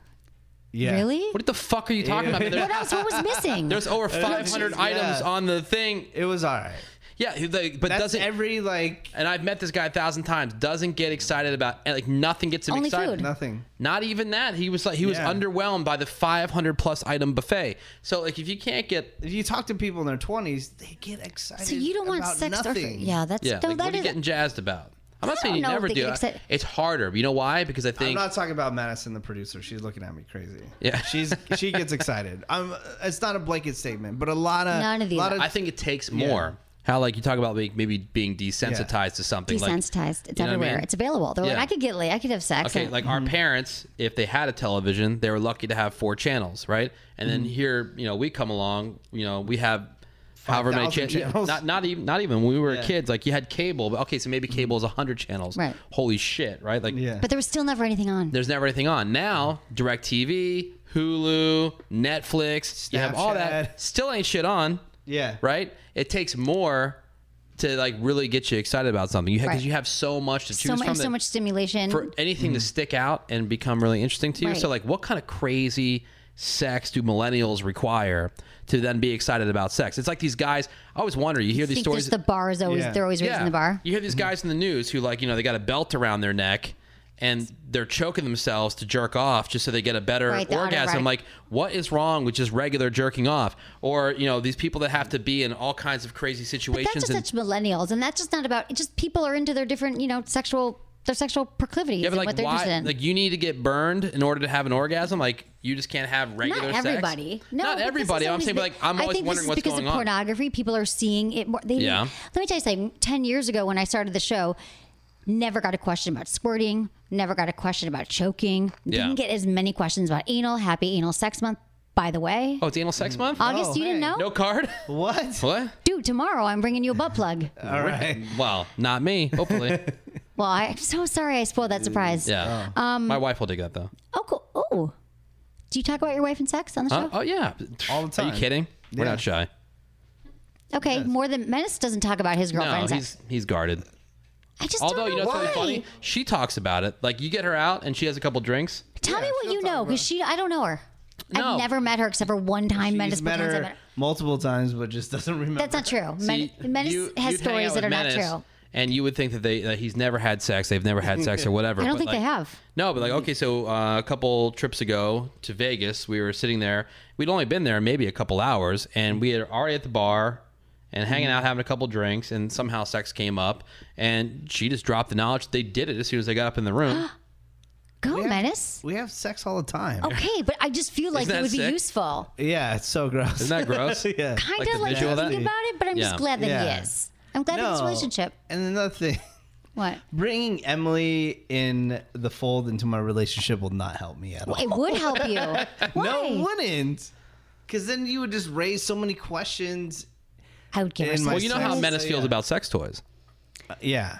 Speaker 9: Yeah.
Speaker 1: Really?
Speaker 7: What the fuck are you talking about? man?
Speaker 1: What
Speaker 7: There-
Speaker 1: else? What was missing?
Speaker 7: There's over 500
Speaker 9: Yeah.
Speaker 7: items on the thing.
Speaker 9: It was all right.
Speaker 7: Yeah, he- like, but
Speaker 9: That's
Speaker 7: doesn't
Speaker 9: every like
Speaker 7: and I've met this guy a thousand times. Doesn't get excited about and, like nothing gets him
Speaker 1: Only
Speaker 7: excited.
Speaker 1: food.
Speaker 9: nothing.
Speaker 7: Not even that. He was like he was
Speaker 9: Yeah.
Speaker 7: underwhelmed by the 500 plus item buffet. So like if you can't get
Speaker 9: If you talk to people in their twenties, they get excited.
Speaker 1: so you don't want
Speaker 9: about
Speaker 1: sex? Or,
Speaker 9: nothing.
Speaker 1: yeah, that's
Speaker 7: yeah,
Speaker 1: no,
Speaker 7: like, what
Speaker 1: that
Speaker 7: are you
Speaker 1: is
Speaker 7: getting jazzed about? I'm not saying you
Speaker 1: don't know
Speaker 7: never
Speaker 1: if they
Speaker 7: do.
Speaker 1: get
Speaker 7: I-
Speaker 1: excited-
Speaker 7: It's harder. You know why? Because I
Speaker 9: I'm
Speaker 7: think
Speaker 9: not talking about Madison, the producer. She's looking at me crazy.
Speaker 7: Yeah.
Speaker 9: she's she gets excited. I'm. It's not a blanket statement, but a lot of
Speaker 1: None of these
Speaker 9: lot
Speaker 1: are.
Speaker 7: I think it takes more. How like you talk about like, maybe being desensitized to something. Like,
Speaker 1: desensitized. it's
Speaker 7: you know what I
Speaker 1: everywhere.
Speaker 7: mean?
Speaker 1: It's available. They're
Speaker 7: Yeah.
Speaker 1: like, I could get laid. I could have sex.
Speaker 7: Okay,
Speaker 1: and-
Speaker 7: like
Speaker 9: Mm-hmm.
Speaker 7: our parents, if they had a television, they were lucky to have four channels, right? And
Speaker 9: Mm-hmm.
Speaker 7: then here, you know, we come along, you know, we have however many
Speaker 9: 5,000
Speaker 7: cha- yeah,
Speaker 9: channels.
Speaker 7: Not not even not even when we were
Speaker 9: Yeah. Mm-hmm.
Speaker 7: kids, like you had cable, but okay, so maybe cable is hundred channels.
Speaker 1: Right.
Speaker 7: Holy shit, right? Like
Speaker 9: yeah. Mm-hmm.
Speaker 1: but there was still never anything on.
Speaker 7: there's never anything on. Now, direct TV, Hulu, Netflix, you have all that.
Speaker 9: Snapchat.
Speaker 7: Still ain't shit on.
Speaker 9: yeah.
Speaker 7: Right? It takes more to like really get you excited about something. You because
Speaker 1: Right.
Speaker 7: you have so much to choose
Speaker 1: so much,
Speaker 7: from.
Speaker 1: so
Speaker 7: that-
Speaker 1: much stimulation.
Speaker 7: for anything to stick out and become really interesting to you. So,
Speaker 1: Right.
Speaker 7: like, what kind of crazy sex do millennials require to then be excited about sex? It's like these guys. I always wonder. You hear
Speaker 1: I
Speaker 7: these
Speaker 1: think
Speaker 7: stories.
Speaker 1: just the bar is always
Speaker 9: Yeah.
Speaker 1: they're always raising the bar. Mm-hmm.
Speaker 7: You hear these guys in the news who, like, you know, they got a belt around their neck and they're choking themselves to jerk off just so they get a better
Speaker 1: Right, the
Speaker 7: orgasm.
Speaker 1: autoerotic-
Speaker 7: Like, what is wrong with just regular jerking off? Or, you know, these people that have to be in all kinds of crazy
Speaker 1: But that's
Speaker 7: situations.
Speaker 1: just
Speaker 7: and,
Speaker 1: such millennials, and that's just not about. It's just people are into their different, you know, sexual their sexual proclivities
Speaker 7: Yeah,
Speaker 1: and
Speaker 7: but like
Speaker 1: what they're interested
Speaker 7: why?
Speaker 1: in.
Speaker 7: Like you need to get burned in order to have an orgasm. Like you just can't have regular
Speaker 1: not
Speaker 7: sex.
Speaker 1: everybody. No,
Speaker 7: not
Speaker 1: but this is
Speaker 7: everybody. I'm
Speaker 1: always
Speaker 7: saying,
Speaker 1: the-
Speaker 7: but like I'm
Speaker 1: I
Speaker 7: always
Speaker 1: think
Speaker 7: wondering
Speaker 1: this
Speaker 7: what's
Speaker 1: is because
Speaker 7: going
Speaker 1: of
Speaker 7: on.
Speaker 1: pornography. People are seeing it more. They,
Speaker 7: Yeah.
Speaker 1: Let me tell you something. Ten years ago, when I started the show, never got a question about squirting. Never got a question about choking.
Speaker 7: Yeah.
Speaker 1: Didn't get as many questions about anal. Happy Anal Sex Month, by the way.
Speaker 7: oh, it's anal
Speaker 1: Mm-hmm.
Speaker 7: sex month.
Speaker 1: August, you didn't
Speaker 9: hey.
Speaker 1: know,
Speaker 7: no card.
Speaker 9: What?
Speaker 7: what?
Speaker 1: dude. Tomorrow, I'm bringing you a butt plug.
Speaker 9: All right.
Speaker 7: Well, not me. Hopefully,
Speaker 1: well, I'm so sorry I spoiled that surprise.
Speaker 7: yeah. Um, my wife will dig that though.
Speaker 1: Oh, cool. Oh, do you talk about your wife and sex on the show?
Speaker 7: Huh? Oh yeah,
Speaker 9: All the
Speaker 7: Are
Speaker 9: time.
Speaker 7: you kidding? We're
Speaker 9: Yeah.
Speaker 7: not shy.
Speaker 1: Okay, more than Menace doesn't talk about his
Speaker 7: No,
Speaker 1: girlfriend.
Speaker 7: he's he's guarded.
Speaker 1: I just
Speaker 7: Although
Speaker 1: don't
Speaker 7: you
Speaker 1: know
Speaker 7: know what's really
Speaker 1: why.
Speaker 7: funny? She talks about it. Like you get her out and she has a couple drinks.
Speaker 1: Tell me what you know, because she I don't know her.
Speaker 7: No.
Speaker 1: I've never met her except for one time. Menace
Speaker 9: She's met
Speaker 1: Bacons I've
Speaker 9: her
Speaker 1: met-
Speaker 9: multiple times, but just doesn't remember.
Speaker 1: That's not true. Men-
Speaker 7: See,
Speaker 1: Menace
Speaker 7: you-
Speaker 1: has
Speaker 7: you'd hang
Speaker 1: stories
Speaker 7: out
Speaker 1: that
Speaker 7: with
Speaker 1: are
Speaker 7: Menace,
Speaker 1: not true.
Speaker 7: And you would think that they that he's never had sex, they've never had sex or whatever.
Speaker 1: I don't
Speaker 7: but
Speaker 1: think they
Speaker 7: like-
Speaker 1: have.
Speaker 7: No, but like okay, so uh, a couple trips ago to Vegas, we were sitting there. We'd only been there maybe a couple hours, and we had already at the bar and hanging
Speaker 9: Mm-hmm.
Speaker 7: out, having a couple drinks, and somehow sex came up, and she just dropped the knowledge. They did it as soon as they got up in the room.
Speaker 1: Go,
Speaker 9: We have-
Speaker 1: Menace.
Speaker 9: We have sex all the time.
Speaker 1: Okay, but I just feel like
Speaker 7: Isn't
Speaker 1: it
Speaker 7: that
Speaker 1: would be
Speaker 7: sick?
Speaker 1: useful.
Speaker 9: Yeah, it's so gross.
Speaker 7: Isn't that gross?
Speaker 9: yeah.
Speaker 1: Kind
Speaker 7: Like
Speaker 1: of
Speaker 7: the
Speaker 1: like,
Speaker 7: visual of
Speaker 1: thinking
Speaker 7: that?
Speaker 1: about it, but I'm
Speaker 7: Yeah.
Speaker 1: just glad that
Speaker 9: Yeah.
Speaker 1: he is. I'm glad that it's a relationship.
Speaker 9: And another thing,
Speaker 1: What?
Speaker 9: bringing Emily in the fold into my relationship will not help me at all.
Speaker 1: It would help you. Why?
Speaker 9: no, it wouldn't. Because then you would just raise so many questions.
Speaker 1: I would give her
Speaker 9: In my
Speaker 1: some
Speaker 7: Well, you know how
Speaker 9: Sex-
Speaker 7: Menace
Speaker 9: yeah.
Speaker 7: feels about sex toys.
Speaker 9: Uh, Yeah.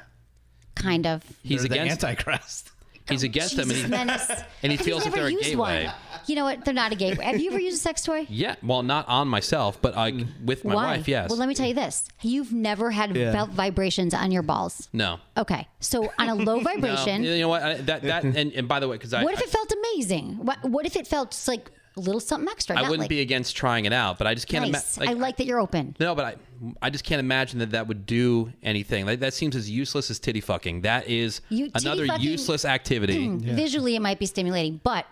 Speaker 1: kind of.
Speaker 7: He's
Speaker 9: They're
Speaker 7: against.
Speaker 9: the Antichrist.
Speaker 7: he's against them, and
Speaker 1: Jesus,
Speaker 7: he,
Speaker 1: Menace.
Speaker 7: and he
Speaker 1: Have you
Speaker 7: feels that
Speaker 1: ever
Speaker 7: they're a
Speaker 1: used
Speaker 7: gateway.
Speaker 1: One? You know what? They're not a gateway. Have you ever used a sex toy?
Speaker 7: Yeah, well, not on myself, but like
Speaker 9: Mm.
Speaker 7: with my
Speaker 1: Why?
Speaker 7: wife. Yes.
Speaker 1: Well, let me tell you this: you've never had felt vibrations on your balls.
Speaker 7: no.
Speaker 1: Okay, so on a low
Speaker 7: No.
Speaker 1: vibration,
Speaker 7: You know what? I, that that and, and by the way, because I
Speaker 1: what if it felt amazing? What, what if it felt just like a little something extra?
Speaker 7: I
Speaker 1: not
Speaker 7: wouldn't
Speaker 1: like,
Speaker 7: be against trying it out, but I just can't ima-
Speaker 1: nice. I like that you're open.
Speaker 7: No, but I, I just can't imagine that that would do anything. Like, that seems as useless as titty fucking. That is
Speaker 1: You- titty
Speaker 7: another
Speaker 1: fucking- Mm.
Speaker 7: useless activity
Speaker 1: Visually, it might be stimulating, but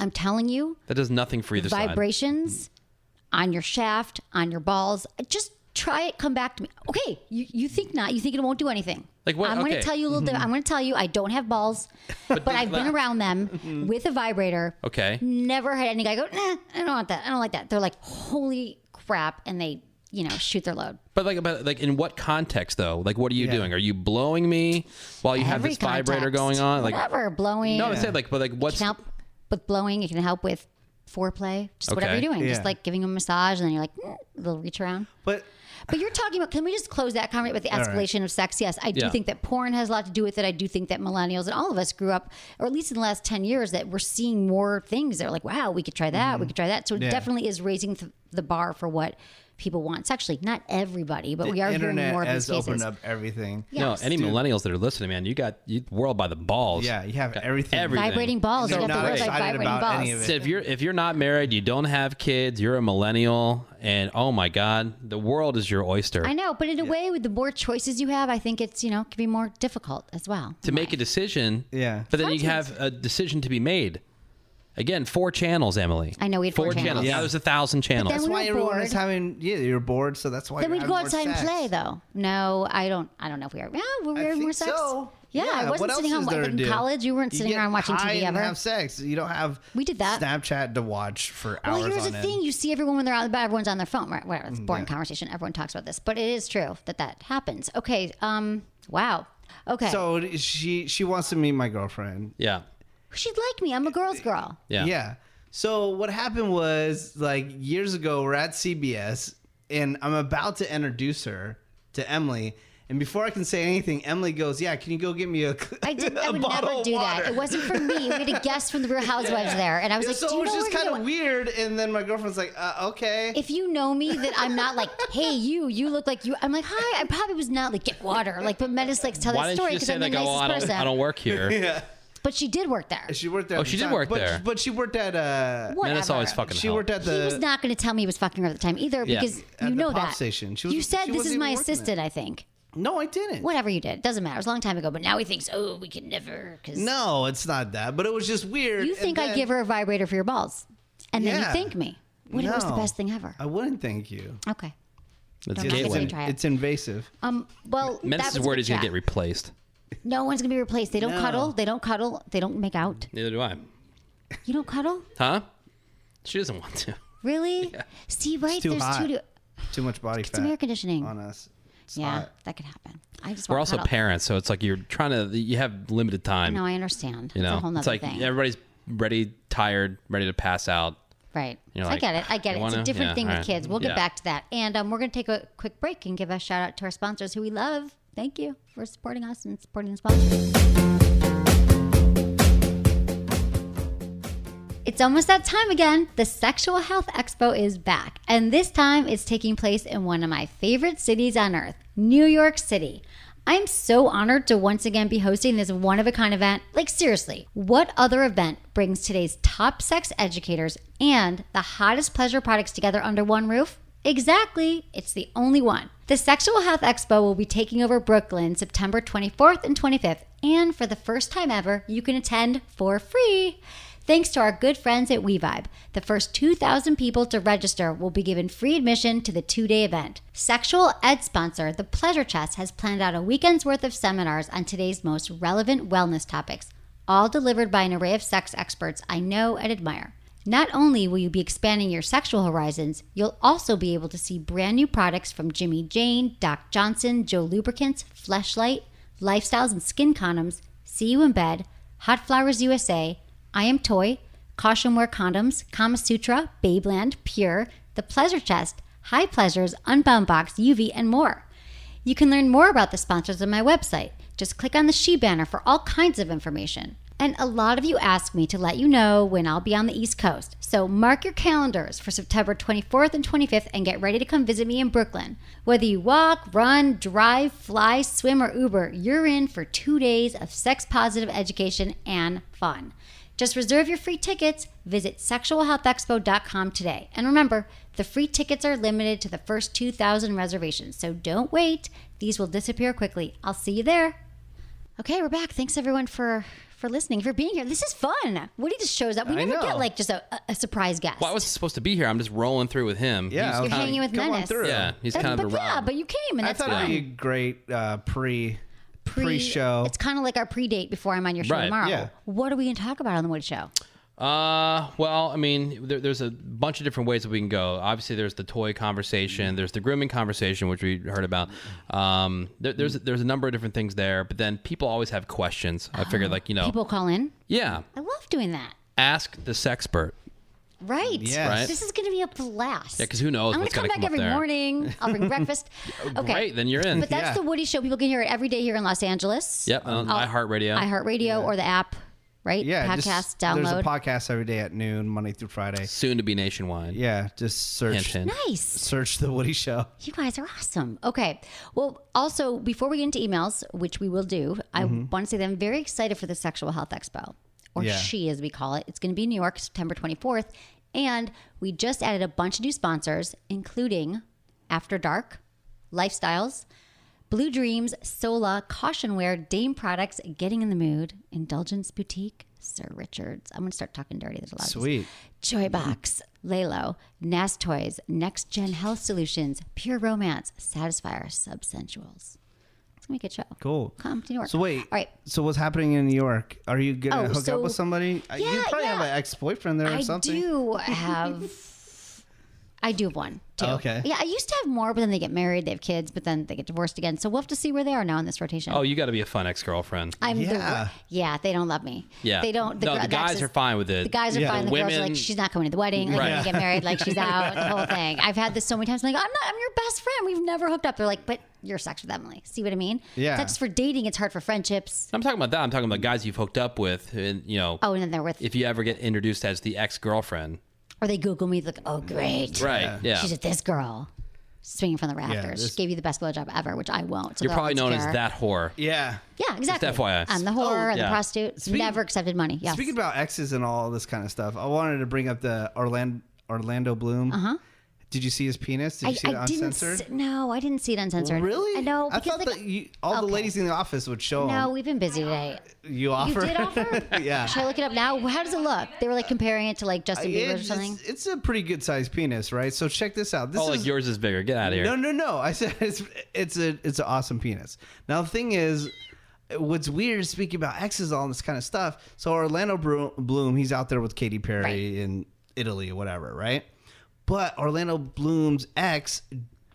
Speaker 1: I'm telling you,
Speaker 7: that does nothing for either side.
Speaker 1: vibrations on your shaft, on your balls. Just try it. Come back to me. Okay, you, you think not? You think it won't do anything?
Speaker 7: Like what-
Speaker 1: I'm
Speaker 7: okay.
Speaker 1: gonna tell you a little. Di- I'm gonna tell you. I don't have balls, but, I've been around them with a vibrator.
Speaker 7: Okay.
Speaker 1: Never had any guy go. Nah, I don't want that. I don't like that. They're like, holy crap, and they, you know, shoot their load.
Speaker 7: But like, but like, in what context though? Like, what are you
Speaker 9: Yeah.
Speaker 7: doing? Are you blowing me while you have
Speaker 1: Every
Speaker 7: this vibrator
Speaker 1: context,
Speaker 7: going on? Like,
Speaker 1: whatever, blowing.
Speaker 7: no, I
Speaker 1: it
Speaker 7: said like, but like, what's
Speaker 1: can help with blowing. It can help with foreplay. Just whatever
Speaker 7: Okay.
Speaker 1: you're doing.
Speaker 9: Yeah.
Speaker 1: Just like giving them a massage, and then you're like, mm, they'll reach around.
Speaker 9: But
Speaker 1: But you're talking about, can we just close that comment with the
Speaker 9: right.
Speaker 1: escalation of sex? Yes, I do
Speaker 7: Yeah.
Speaker 1: think that porn has a lot to do with it. I do think that millennials and all of us grew up, or at least in the last 10 years, that we're seeing more things that are like, wow, we could try that, we could try that. So it
Speaker 9: Mm-hmm. Yeah.
Speaker 1: definitely is raising th- the bar for what people want sexually. Not everybody, but we
Speaker 9: the
Speaker 1: are hearing
Speaker 9: internet
Speaker 1: more of
Speaker 9: has
Speaker 1: these
Speaker 9: opened
Speaker 1: cases.
Speaker 9: up everything.
Speaker 7: no?
Speaker 1: Yes.
Speaker 7: Any millennials that are listening, man, you got you world by the balls.
Speaker 9: Yeah, you have everything.
Speaker 7: everything.
Speaker 1: Vibrating balls.
Speaker 9: They're
Speaker 1: You got the
Speaker 9: not
Speaker 1: word like
Speaker 9: excited
Speaker 1: vibrating
Speaker 9: about
Speaker 1: balls.
Speaker 9: any of it.
Speaker 7: So if you're if you're not married, you don't have kids, you're a millennial, and oh my god, the world is your oyster.
Speaker 1: I know, but in a way, with the more choices you have, I think it's, you know, it can be more difficult as well.
Speaker 7: to make a decision.
Speaker 9: Yeah.
Speaker 7: But then you have a decision to be made. Again, four channels, Emily.
Speaker 1: I know, we had four channels.
Speaker 7: Now there's a thousand channels.
Speaker 1: then
Speaker 9: That's
Speaker 1: we
Speaker 9: why
Speaker 1: were
Speaker 9: everyone
Speaker 1: bored.
Speaker 9: is having. Yeah, you're bored, so that's why.
Speaker 1: Then
Speaker 9: you're
Speaker 1: we'd go
Speaker 9: having more
Speaker 1: outside and
Speaker 9: sex.
Speaker 1: play, though. No, I don't. I don't know if we are. Yeah, were we
Speaker 9: I
Speaker 1: having more
Speaker 9: think
Speaker 1: sex?
Speaker 9: so.
Speaker 1: Yeah, I
Speaker 9: what
Speaker 1: wasn't
Speaker 9: else
Speaker 1: sitting
Speaker 9: is
Speaker 1: home
Speaker 9: there
Speaker 1: like
Speaker 9: to
Speaker 1: in
Speaker 9: do?
Speaker 1: college. You weren't
Speaker 9: You
Speaker 1: sitting
Speaker 9: get
Speaker 1: around watching
Speaker 9: high
Speaker 1: TV
Speaker 9: and
Speaker 1: ever.
Speaker 9: have sex. You don't have.
Speaker 1: We did that.
Speaker 9: Snapchat to watch for hours.
Speaker 1: well, here's
Speaker 9: on
Speaker 1: the
Speaker 9: end. Mm,
Speaker 1: thing: you see everyone when they're out and about. Everyone's on their phone. Right? Whatever. It's a boring conversation. Everyone talks about this, but it is true that that happens. Okay. Um. Wow. Okay.
Speaker 9: So she she wants to meet my girlfriend.
Speaker 7: yeah.
Speaker 1: she'd like me. I'm a girl's girl.
Speaker 7: Yeah.
Speaker 9: Yeah. So what happened was like years ago, we're at CBS and I'm about to introduce her to Emily. And before I can say anything, Emily goes, "Yeah, can you go get me a?"
Speaker 1: I did. I
Speaker 9: a
Speaker 1: would
Speaker 9: bottle
Speaker 1: never
Speaker 9: of
Speaker 1: do
Speaker 9: water?"
Speaker 1: that. It wasn't for me. We had a guest from the Real Housewives there, and I was
Speaker 9: Yeah,
Speaker 1: like, "Do
Speaker 9: so
Speaker 1: you
Speaker 9: it was
Speaker 1: know
Speaker 9: just
Speaker 1: where
Speaker 9: kind
Speaker 1: you
Speaker 9: of
Speaker 1: are?"
Speaker 9: weird. And then my girlfriend's like, uh, "Okay."
Speaker 1: if you know me that I'm not like, hey, you, you look like you. I'm like, hi. I probably was not like, get water. Like, but Metis likes tell
Speaker 7: Why
Speaker 1: that
Speaker 7: didn't
Speaker 1: story
Speaker 7: you just
Speaker 1: because
Speaker 7: say
Speaker 1: I'm the nicest
Speaker 7: like, oh, I don't,
Speaker 1: person.
Speaker 7: I don't work here?
Speaker 1: but she did work there.
Speaker 9: she worked there.
Speaker 7: Oh,
Speaker 9: at
Speaker 7: she
Speaker 9: the
Speaker 7: did
Speaker 9: time,
Speaker 7: work
Speaker 9: but,
Speaker 7: there.
Speaker 9: but she worked at uh,
Speaker 1: Whatever.
Speaker 7: Menace always fucking
Speaker 9: she
Speaker 7: helped.
Speaker 9: worked at
Speaker 1: He
Speaker 9: the.
Speaker 1: was not going to tell me he was fucking her at the time either
Speaker 7: Yeah.
Speaker 1: because
Speaker 9: At
Speaker 1: you
Speaker 9: the
Speaker 1: know
Speaker 9: pop
Speaker 1: that.
Speaker 9: station. She was-
Speaker 1: you said
Speaker 9: she
Speaker 1: this
Speaker 9: wasn't
Speaker 1: is
Speaker 9: even
Speaker 1: my
Speaker 9: working there.
Speaker 1: assistant, I think.
Speaker 9: no, I didn't.
Speaker 1: Whatever you did, doesn't matter. It was a long time ago, but now he thinks, oh, we can never. Because
Speaker 9: No, it's not that. But it was just weird.
Speaker 1: you
Speaker 9: And
Speaker 1: think I
Speaker 9: then-
Speaker 1: give her a vibrator for your balls, and then
Speaker 9: Yeah.
Speaker 1: you thank me. What it was the
Speaker 9: No.
Speaker 1: best thing ever.
Speaker 9: I wouldn't thank you.
Speaker 1: Okay.
Speaker 7: That's
Speaker 1: Don't knock it till you
Speaker 7: gateway.
Speaker 1: try it.
Speaker 9: It's invasive.
Speaker 1: Um. Well, that
Speaker 7: Menace's
Speaker 1: was a
Speaker 7: word
Speaker 1: good
Speaker 7: is going to
Speaker 1: chat.
Speaker 7: get replaced.
Speaker 1: No one's gonna be replaced. They don't
Speaker 9: No.
Speaker 1: cuddle. They don't cuddle. They don't make out.
Speaker 7: Neither do I.
Speaker 1: You don't cuddle.
Speaker 7: Huh? She doesn't want to.
Speaker 1: Really? See, right?
Speaker 9: too
Speaker 1: There's
Speaker 9: hot.
Speaker 1: two. To,
Speaker 9: Too much body
Speaker 1: it's air
Speaker 9: fat
Speaker 1: conditioning.
Speaker 9: on us. It's
Speaker 1: yeah,
Speaker 9: hot.
Speaker 1: that could happen. I just
Speaker 7: We're
Speaker 1: want
Speaker 7: also
Speaker 1: cuddle.
Speaker 7: parents, so it's like you're trying to, you have limited time.
Speaker 1: No, I understand.
Speaker 7: you
Speaker 1: it's a
Speaker 7: know,
Speaker 1: whole nother
Speaker 7: it's like
Speaker 1: thing.
Speaker 7: everybody's ready, tired, ready to pass out.
Speaker 1: right.
Speaker 7: you're
Speaker 1: I
Speaker 7: like,
Speaker 1: get it. I get
Speaker 7: you
Speaker 1: it. it's
Speaker 7: wanna-
Speaker 1: a different
Speaker 7: yeah,
Speaker 1: thing
Speaker 7: alright.
Speaker 1: with kids. We'll get
Speaker 7: Yeah.
Speaker 1: back to that. And um, we're going to take a quick break and give a shout out to our sponsors who we love. Thank you for supporting us and supporting the sponsors. It's almost that time again. The Sexual Health Expo is back, and this time it's taking place in one of my favorite cities on earth, New York City. I'm so honored to once again be hosting this one of a kind event. Like, seriously, what other event brings today's top sex educators and the hottest pleasure products together under one roof? Exactly. It's the only one. The Sexual Health Expo will be taking over Brooklyn September 24th and 25th. And for the first time ever, you can attend for free. Thanks to our good friends at WeVibe, the first 2,000 people to register will be given free admission to the two day event. Sexual ed sponsor, The Pleasure Chest, has planned out a weekend's worth of seminars on today's most relevant wellness topics all delivered by an array of sex experts I know and admire. Not only will you be expanding your sexual horizons, you'll also be able to see brand new products from Jimmy Jane, Doc Johnson, Joe Lubricants, Fleshlight, Lifestyles and Skin Condoms, See You in Bed, Hot Flowers USA, I Am Toy, Caution Wear Condoms, Kama Sutra, Babeland, Pure, The Pleasure Chest, High Pleasures, Unbound Box, UV, and more. You can learn more about the sponsors on my website. Just click on the She banner for all kinds of information. And a lot of you ask me to let you know when I'll be on the East Coast. So mark your calendars for September 24th and 25th and get ready to come visit me in Brooklyn. Whether you walk, run, drive, fly, swim, or Uber, you're in for two days of sex positive education and fun. Just reserve your free tickets. Visit sexualhealthexpo.com today. And remember, the free tickets are limited to the first 2,000 reservations, so don't wait. These will disappear quickly. I'll see you there. Okay, we're back. Thanks everyone for for listening, for being here. This is fun. Woody just shows up. We
Speaker 9: I
Speaker 1: never
Speaker 9: know.
Speaker 1: get like just a, a- a surprise guest.
Speaker 10: Well, I was supposed to be here. I'm just rolling through with him.
Speaker 9: Yeah, I
Speaker 10: He's
Speaker 9: was
Speaker 10: kind of-
Speaker 1: hanging with
Speaker 9: come on
Speaker 1: Menace.
Speaker 9: through.
Speaker 10: yeah, he's
Speaker 1: That-
Speaker 10: kind of
Speaker 1: but
Speaker 10: a
Speaker 1: yeah,
Speaker 10: rock.
Speaker 1: but you came, and
Speaker 9: I
Speaker 1: that's
Speaker 9: thought it'd
Speaker 1: fun.
Speaker 9: be a great uh, pre.
Speaker 1: Pre-
Speaker 9: pre-show.
Speaker 1: It's kind of like our pre-date before I'm on your show
Speaker 10: Right,
Speaker 1: tomorrow.
Speaker 9: yeah.
Speaker 1: What are we going to talk about on the Woody Show?
Speaker 10: Uh, well, I mean, there, there's a bunch of different ways that we can go. Obviously, there's the toy
Speaker 9: Mm-hmm.
Speaker 10: conversation, there's the grooming conversation, which we heard about. Um, there, there's
Speaker 9: Mm-hmm.
Speaker 10: there's a number of different things there, but then people always have questions. I figured, like you know,
Speaker 1: Uh, People call in.
Speaker 10: yeah,
Speaker 1: I love doing that.
Speaker 10: ask the sexpert.
Speaker 1: Right.
Speaker 9: Yes. Right.
Speaker 1: This is going to be a blast. Yeah,
Speaker 10: 'cause who knows
Speaker 1: I'm
Speaker 10: what's
Speaker 1: gonna
Speaker 10: gotta
Speaker 1: come
Speaker 10: come
Speaker 1: back
Speaker 10: up
Speaker 1: every
Speaker 10: there. Oh,
Speaker 1: morning. I'll bring breakfast. Okay.
Speaker 10: Great, then you're in.
Speaker 1: But that's
Speaker 9: Yeah.
Speaker 1: the Woody Show. People can hear it every day here in Los Angeles.
Speaker 10: yep, on iHeartRadio.
Speaker 1: iHeartRadio or the app, right?
Speaker 9: Yeah,
Speaker 1: Podcast
Speaker 9: just- There's
Speaker 1: download.
Speaker 9: a podcast every day at noon, Monday through Friday.
Speaker 10: soon to be nationwide.
Speaker 9: Yeah, just
Speaker 10: Hint,
Speaker 9: search
Speaker 10: hint.
Speaker 1: nice.
Speaker 9: search the Woody Show.
Speaker 1: You guys are awesome. Okay. Well, also, before we get into emails, which we will do, I want to say that I'm very excited for the Sexual Health Expo, or
Speaker 9: Mm-hmm. Yeah.
Speaker 1: SHE as we call it. It's going to be in New York, September 24th. And we just added a bunch of new sponsors, including After Dark, Lifestyles, Blue Dreams, Sola, Cautionware, Dame Products, Getting in the Mood, Indulgence Boutique, Sir Richards. I'm going to start talking dirty. There's a lot of these.
Speaker 9: Sweet.
Speaker 1: Joybox, Lalo, Nas Toys, Next Gen Health Solutions, Pure Romance, Satisfier, Subsensuals. It's gonna be a good show.
Speaker 9: Cool.
Speaker 1: Come to New York.
Speaker 9: So wait.
Speaker 1: All right.
Speaker 9: So what's happening in New York? Are you gonna
Speaker 1: Oh,
Speaker 9: hook
Speaker 1: so-
Speaker 9: up with somebody? Uh, you
Speaker 1: Yeah,
Speaker 9: probably have
Speaker 1: yeah.
Speaker 9: an ex-boyfriend there or
Speaker 1: I
Speaker 9: something.
Speaker 1: do have. I do have one too.
Speaker 9: Okay.
Speaker 1: Yeah, I used to have more, but then they get married, they have kids, but then they get divorced again. So we'll have to see where they are now in this rotation.
Speaker 10: Oh, you got to be a fun ex girlfriend.
Speaker 1: I'm
Speaker 9: Yeah.
Speaker 1: The, yeah, they don't love me.
Speaker 10: Yeah,
Speaker 1: they don't.
Speaker 10: no,
Speaker 1: gr- that's
Speaker 10: the guys
Speaker 1: just-
Speaker 10: are fine with it.
Speaker 1: The guys are
Speaker 9: Yeah.
Speaker 1: fine. The girls are
Speaker 10: Women-
Speaker 1: like, she's not coming to the wedding. Like,
Speaker 10: Right.
Speaker 1: when you get married, like, she's out. The whole thing. I've had this so many times. I'm like, I'm not. I'm your best friend. We've never hooked up. They're like, but you're sex with Emily. See what I mean?
Speaker 9: Yeah.
Speaker 1: Sex for dating. It's hard for friendships.
Speaker 10: I'm talking about that. I'm talking about guys you've hooked up with, and you know,
Speaker 1: Oh, and then they're with.
Speaker 10: if you ever get introduced as the ex girlfriend,
Speaker 1: or they Google me. Like, oh, great.
Speaker 10: right? Yeah,
Speaker 1: She's at this girl. Swinging from the rafters.
Speaker 9: this-
Speaker 1: She gave you the best blowjob ever, which I won't. So
Speaker 10: you're
Speaker 1: they're all
Speaker 10: probably known as
Speaker 1: insecure.
Speaker 10: that whore.
Speaker 9: Yeah.
Speaker 1: Yeah, exactly.
Speaker 10: FYI.
Speaker 1: I'm the whore. I'm
Speaker 10: yeah.
Speaker 1: the prostitute.
Speaker 9: Speaking-
Speaker 1: Never accepted money. Yes.
Speaker 9: Speaking about exes and all this kind of stuff, I wanted to bring up the Orlando Orlando Bloom. Uh huh. Did you see his penis? Did you see it
Speaker 1: Uh-huh. didn't.
Speaker 9: uncensored?
Speaker 1: See, no, I didn't see it uncensored.
Speaker 9: Really?
Speaker 1: I know.
Speaker 9: I
Speaker 1: because,
Speaker 9: thought
Speaker 1: like,
Speaker 9: that you, all the
Speaker 1: okay.
Speaker 9: ladies in the office would show
Speaker 1: No,
Speaker 9: him.
Speaker 1: we've been busy today.
Speaker 9: You offer?
Speaker 1: did offer?
Speaker 9: yeah.
Speaker 1: Should I look it up now? How does it look? They were like comparing it to like Justin Bieber or
Speaker 9: It's,
Speaker 1: something.
Speaker 9: it's a pretty good sized penis, right? So check this out. This
Speaker 10: Oh,
Speaker 9: is
Speaker 10: like yours is bigger. Get out of here.
Speaker 9: No, no, no. I said it's it's a it's an awesome penis. Now the thing is, what's weird is speaking about exes, all this kind of stuff. So Orlando Bro- Bloom, he's out there with Katy Perry
Speaker 1: Right.
Speaker 9: in Italy, or whatever, right? But Orlando Bloom's ex,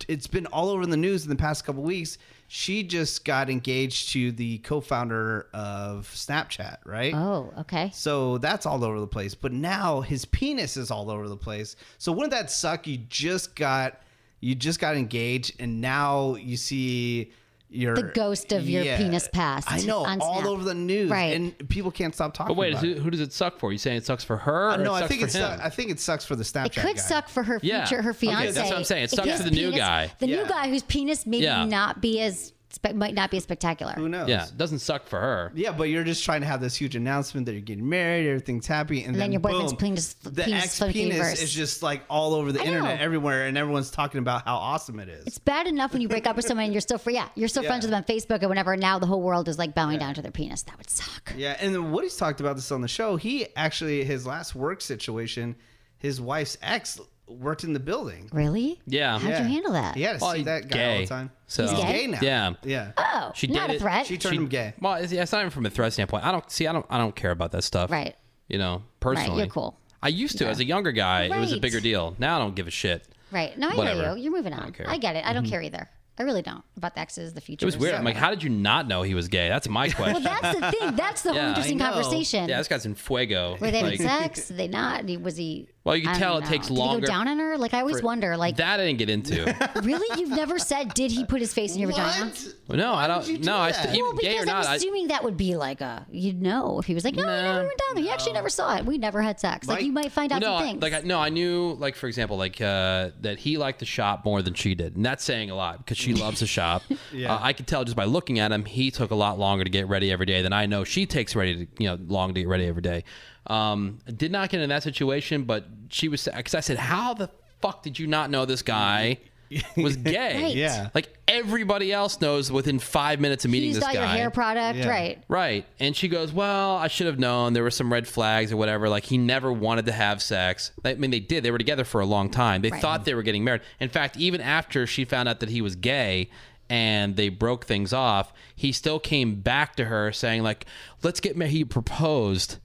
Speaker 9: it's been all over the news in the past couple weeks. She just got engaged to the co-founder of Snapchat, right?
Speaker 1: Oh, okay.
Speaker 9: So that's all over the place. But now his penis is all over the place. So wouldn't that suck? You just got you just got engaged and now you see your
Speaker 1: The ghost of your penis past
Speaker 9: I know
Speaker 1: on
Speaker 9: all
Speaker 1: Snap.
Speaker 9: over the news.
Speaker 1: Right.
Speaker 9: And people can't stop talking
Speaker 10: But wait,
Speaker 9: about
Speaker 10: who,
Speaker 9: it. Uh,
Speaker 10: who does it suck for? You saying it sucks for her? Or
Speaker 9: no,
Speaker 10: it
Speaker 9: I
Speaker 10: sucks
Speaker 9: think
Speaker 10: for
Speaker 9: it
Speaker 10: him?
Speaker 9: sucks. I think it sucks for the Snapchat
Speaker 1: It could
Speaker 9: guy.
Speaker 1: suck for her
Speaker 10: Yeah.
Speaker 1: future, her
Speaker 10: Okay,
Speaker 1: fiance.
Speaker 10: that's what I'm saying. It
Speaker 1: If
Speaker 10: sucks
Speaker 1: his
Speaker 10: for the new
Speaker 1: penis-
Speaker 10: guy.
Speaker 1: The
Speaker 9: Yeah.
Speaker 1: new guy whose penis maybe
Speaker 10: Yeah.
Speaker 1: not be as spe- might not be as spectacular.
Speaker 9: Who knows?
Speaker 10: Yeah, it doesn't suck for her.
Speaker 9: Yeah, but you're just trying to have this huge announcement that you're getting married, everything's happy, and,
Speaker 1: then your boyfriend's
Speaker 9: boom,
Speaker 1: penis-
Speaker 9: the
Speaker 1: penis
Speaker 9: ex
Speaker 1: flipping
Speaker 9: penis
Speaker 1: reverse.
Speaker 9: is just like all over the
Speaker 1: I
Speaker 9: internet,
Speaker 1: know.
Speaker 9: everywhere, and everyone's talking about how awesome it is.
Speaker 1: It's bad enough when you break up with someone and you're still free. Yeah, you're still friends with them on Facebook and whatever. Now the whole world is like bowing down to their penis. That would suck.
Speaker 9: Yeah, and then Woody's talked about this on the show. He actually his last work situation, his wife's ex worked in the building.
Speaker 1: Really?
Speaker 7: Yeah.
Speaker 1: How'd you handle that?
Speaker 9: Yeah, see
Speaker 7: he's
Speaker 9: that guy all
Speaker 7: gay,
Speaker 9: the time.
Speaker 7: so-
Speaker 9: he's gay now.
Speaker 7: Yeah.
Speaker 9: yeah.
Speaker 1: Oh,
Speaker 7: She
Speaker 1: not
Speaker 7: did
Speaker 1: a
Speaker 7: it.
Speaker 1: threat.
Speaker 9: She turned him gay.
Speaker 7: Well, it's, yeah, it's not even from a threat standpoint. I don't see. I don't. I don't care about that stuff.
Speaker 1: Right.
Speaker 7: You know, personally,
Speaker 1: Right, you're cool.
Speaker 7: I used to as a younger guy. It was a
Speaker 1: Right.
Speaker 7: bigger deal. Now I don't give a shit.
Speaker 1: right. No, I hear
Speaker 7: Whatever.
Speaker 1: you. You're moving on.
Speaker 7: care. Mm-hmm.
Speaker 1: I, get it. I don't care either. I really don't about the exes, the future.
Speaker 7: It was weird. I'm like, how did you not know he was gay? That's my
Speaker 1: Well,
Speaker 7: question.
Speaker 1: that's the thing. That's the
Speaker 7: Yeah, I
Speaker 1: whole interesting
Speaker 9: know.
Speaker 1: conversation.
Speaker 7: yeah, this guy's in fuego.
Speaker 1: Were they
Speaker 7: Like,
Speaker 1: having sex? Did they not? Was he?
Speaker 7: Well, you can
Speaker 1: I
Speaker 7: tell
Speaker 1: don't
Speaker 7: it takes
Speaker 1: know.
Speaker 7: longer-
Speaker 1: Did he go down on her? Like I always wonder. Like
Speaker 7: that I didn't get into.
Speaker 1: really, you've never said did he put his face in your vagina?
Speaker 7: no, I don't.
Speaker 9: you do
Speaker 7: no, I
Speaker 9: that?
Speaker 7: st- even
Speaker 1: Well,
Speaker 7: gay
Speaker 1: because
Speaker 7: or not.
Speaker 1: I'm
Speaker 7: I,
Speaker 1: assuming that would be like a you'd know if he was like, no, I never went down there. You actually never saw it. We never had sex. Like
Speaker 9: Mike-
Speaker 1: you might find out
Speaker 7: no,
Speaker 1: some
Speaker 7: I-
Speaker 1: things.
Speaker 7: like I, no, I knew like for example like uh, that he liked to shop more than she did, and that's saying a lot because she loves to shop. yeah. uh, I could tell just by looking at him, he took a lot longer to get ready every day than I know she takes ready to you know long to get ready every day. Um, did not get in that situation, but she was because I said, how the fuck did you not know this guy? Was gay,
Speaker 1: Right.
Speaker 9: Yeah.
Speaker 7: Like everybody else knows, within five minutes of meeting
Speaker 1: used
Speaker 7: this
Speaker 1: all
Speaker 7: guy,
Speaker 1: your hair product, right?
Speaker 7: Right. And she goes, Well, I should have known there were some red flags or whatever. Like, he never wanted to have sex. I mean, they did. They were together for a long time. They thought they were getting married. In fact, even after she found out that he was gay and they broke things off, he still came back to her saying, like, let's get married. He proposed.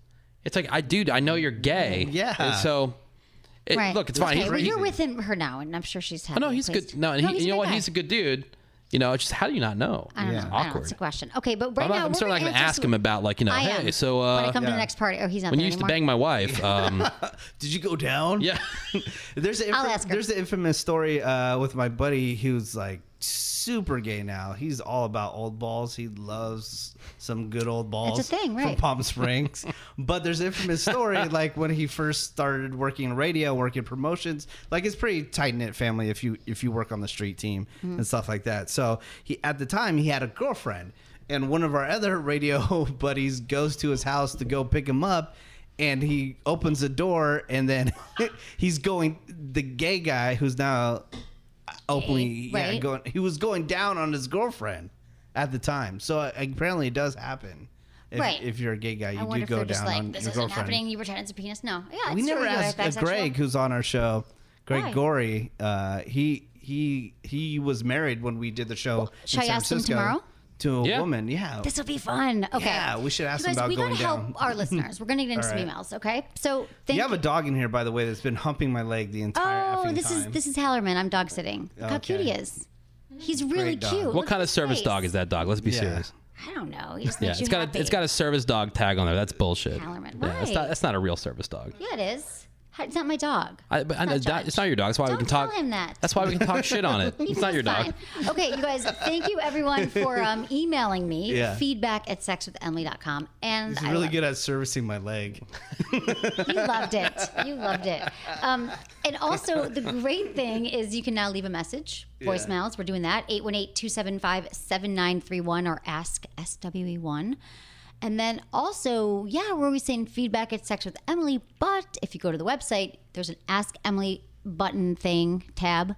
Speaker 7: It's like, I dude, I know you're gay.
Speaker 9: Yeah.
Speaker 7: And so, it,
Speaker 1: Right.
Speaker 7: look, it's fine.
Speaker 1: Okay,
Speaker 7: He's- Oh,
Speaker 1: well, you're
Speaker 9: crazy.
Speaker 1: with him, her now, and I'm sure she's happy.
Speaker 7: no, he's
Speaker 1: pleased.
Speaker 7: good. No, and he,
Speaker 1: he's
Speaker 7: you
Speaker 1: a
Speaker 7: know
Speaker 1: good
Speaker 7: what?
Speaker 1: guy.
Speaker 7: He's a good dude. You know, it's just how do you not know?
Speaker 1: I don't know. I don't know.
Speaker 7: Awkward.
Speaker 1: It's a question. Okay, but right
Speaker 7: I'm,
Speaker 1: now
Speaker 7: not, I'm
Speaker 1: we're
Speaker 7: certainly not going to
Speaker 1: answer
Speaker 7: ask
Speaker 1: some-
Speaker 7: him about like you know,
Speaker 1: I am.
Speaker 7: hey, so uh,
Speaker 1: when I come to the next party, oh, he's not
Speaker 7: when
Speaker 1: there
Speaker 7: you used
Speaker 1: anymore.
Speaker 7: to bang my wife. Um,
Speaker 9: Did you go down?
Speaker 7: yeah.
Speaker 9: There's the
Speaker 1: I'll
Speaker 9: infa-
Speaker 1: ask her.
Speaker 9: there's the infamous story uh, with my buddy who's like super gay now. He's all about old balls. He loves some good old balls.
Speaker 1: thing,
Speaker 9: From
Speaker 1: right.
Speaker 9: Palm Springs. but there's the infamous story like when he first started working radio, working promotions. Like it's pretty tight knit family if you if you work on the street team
Speaker 1: Mm-hmm.
Speaker 9: and stuff like that. So he at the time he had a girlfriend. And one of our other radio buddies goes to his house to go pick him up and he opens the door and then he's going the gay guy who's now openly yeah,
Speaker 1: right.
Speaker 9: going he was going down on his girlfriend at the time so uh, apparently it does happen if,
Speaker 1: Right.
Speaker 9: if you're a gay guy
Speaker 1: I
Speaker 9: you
Speaker 1: wonder
Speaker 9: do
Speaker 1: if they're
Speaker 9: go
Speaker 1: just
Speaker 9: down on
Speaker 1: like, this
Speaker 9: your
Speaker 1: isn't
Speaker 9: girlfriend
Speaker 1: happening. You were trying to penis. No, yeah,
Speaker 9: we
Speaker 1: it's
Speaker 9: never
Speaker 1: true. You're
Speaker 9: asked uh,
Speaker 1: bisexual.
Speaker 9: greg who's on our show greg
Speaker 1: Why?
Speaker 9: gory uh, he he he was married when we did the show in
Speaker 1: shall I
Speaker 9: san
Speaker 1: ask him
Speaker 9: francisco
Speaker 1: tomorrow?
Speaker 9: to a
Speaker 7: Yeah.
Speaker 9: woman yeah
Speaker 1: This will be fun. Okay.
Speaker 9: Yeah, we should ask
Speaker 1: You
Speaker 9: them
Speaker 1: guys,
Speaker 9: about
Speaker 1: we
Speaker 9: going
Speaker 1: gotta
Speaker 9: down.
Speaker 1: help our listeners. We're gonna get into some
Speaker 9: right.
Speaker 1: emails. Okay. So thank
Speaker 9: you have a dog in here by the way that's been humping my leg the entire
Speaker 1: Oh,
Speaker 9: effing
Speaker 1: this is
Speaker 9: time.
Speaker 1: this is Hallerman. I'm dog sitting. Look how cute he
Speaker 9: Okay.
Speaker 1: is. He's really
Speaker 9: Great dog.
Speaker 1: cute.
Speaker 7: what kind of service dog is that dog? Let's be
Speaker 9: Yeah.
Speaker 7: serious.
Speaker 1: I don't know. He just
Speaker 7: Yeah,
Speaker 1: makes
Speaker 7: it's
Speaker 1: you
Speaker 7: got
Speaker 1: happy.
Speaker 7: a, it's got a service dog tag on there. That's bullshit.
Speaker 1: Hallerman.
Speaker 7: Yeah, that's
Speaker 1: Why?
Speaker 7: not that's not a real service dog.
Speaker 1: Yeah, it is. How- It's not my dog.
Speaker 7: I, but I,
Speaker 1: It's not
Speaker 7: that- it's not your dog. That's why we
Speaker 1: Don't
Speaker 7: can talk.
Speaker 1: tell him that.
Speaker 7: That's why we can talk shit on it. It's not your
Speaker 1: That's
Speaker 7: dog.
Speaker 1: fine. Okay, you guys, thank you everyone for um, emailing me
Speaker 9: Yeah.
Speaker 1: feedback at sexwithemily.com. And
Speaker 9: He's
Speaker 1: I
Speaker 9: really
Speaker 1: love-
Speaker 9: good at servicing my leg.
Speaker 1: You loved it. You loved it. Um, and also, the great thing is you can now leave a message, voicemails. We're doing that 818 275 7931 or ask SWE1. And then also, yeah, we're always saying feedback at Sex with Emily. But if you go to the website, there's an Ask Emily button thing tab,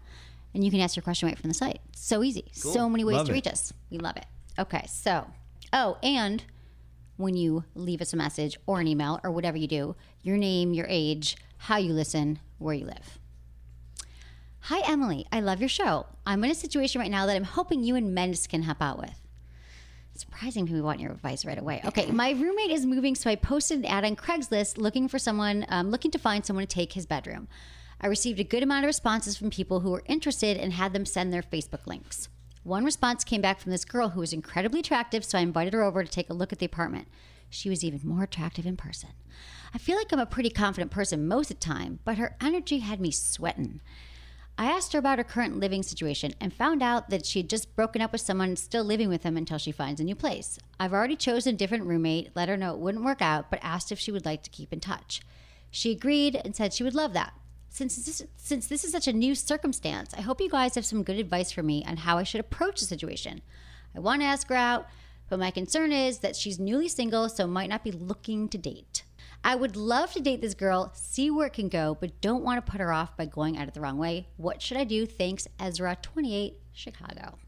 Speaker 1: and you can ask your question right from the site. So easy. So many ways
Speaker 9: Love
Speaker 1: to
Speaker 9: it.
Speaker 1: reach us. We love it. Okay, so, oh, and when you leave us a message or an email or whatever you do your name, your age, how you listen, where you live. Hi, Emily. I love your show. I'm in a situation right now that I'm hoping you and Mendes can help out with. Surprising people want your advice right away. Okay, my roommate is moving, so I posted an ad on Craigslist looking for someone, um, looking to find someone to take his bedroom. I received a good amount of responses from people who were interested and had them send their Facebook links. One response came back from this girl who was incredibly attractive, so I invited her over to take a look at the apartment. She was even more attractive in person. I feel like I'm a pretty confident person most of the time, but her energy had me sweating. I asked her about her current living situation and found out that she had just broken up with someone and still living with him until she finds a new place. I've already chosen a different roommate, let her know it wouldn't work out, but asked if she would like to keep in touch. She agreed and said she would love that. Since this, since this is such a new circumstance, I hope you guys have some good advice for me on how I should approach the situation. I want to ask her out, but my concern is that she's newly single, so might not be looking to date. I would love to date this girl, see where it can go, but don't want to put her off by going at it the wrong way. What should I do? Thanks, Ezra, 28, Chicago.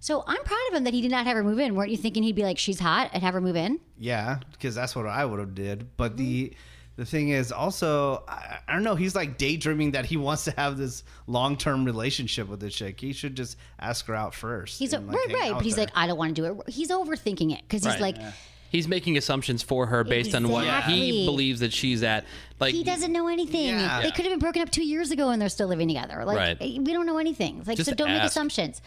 Speaker 1: So I'm proud of him that he did not have her move in. Weren't you thinking he'd be like, she's hot and have her move in? Mm-hmm.
Speaker 9: Yeah, because that's what I would have did. But the The thing is, also, I, I don't know. He's like daydreaming that he wants to have this long term relationship with this chick. He should just ask her out first.
Speaker 1: He's
Speaker 9: and,
Speaker 1: like,
Speaker 9: like,
Speaker 1: right,
Speaker 9: hang
Speaker 1: right,
Speaker 9: out
Speaker 1: but he's
Speaker 9: there.
Speaker 1: like, I don't want to do it. He's overthinking it because he's
Speaker 7: Right.
Speaker 1: like,
Speaker 7: He's making assumptions for her based on what
Speaker 1: Exactly.
Speaker 7: he believes that she's at. Like
Speaker 1: he doesn't know anything.
Speaker 9: Yeah.
Speaker 1: They could have been broken up two years ago and they're still living together. Like eh,
Speaker 7: Right.
Speaker 1: we don't know anything. Like
Speaker 7: Just
Speaker 1: so, don't make
Speaker 7: ask.
Speaker 1: assumptions.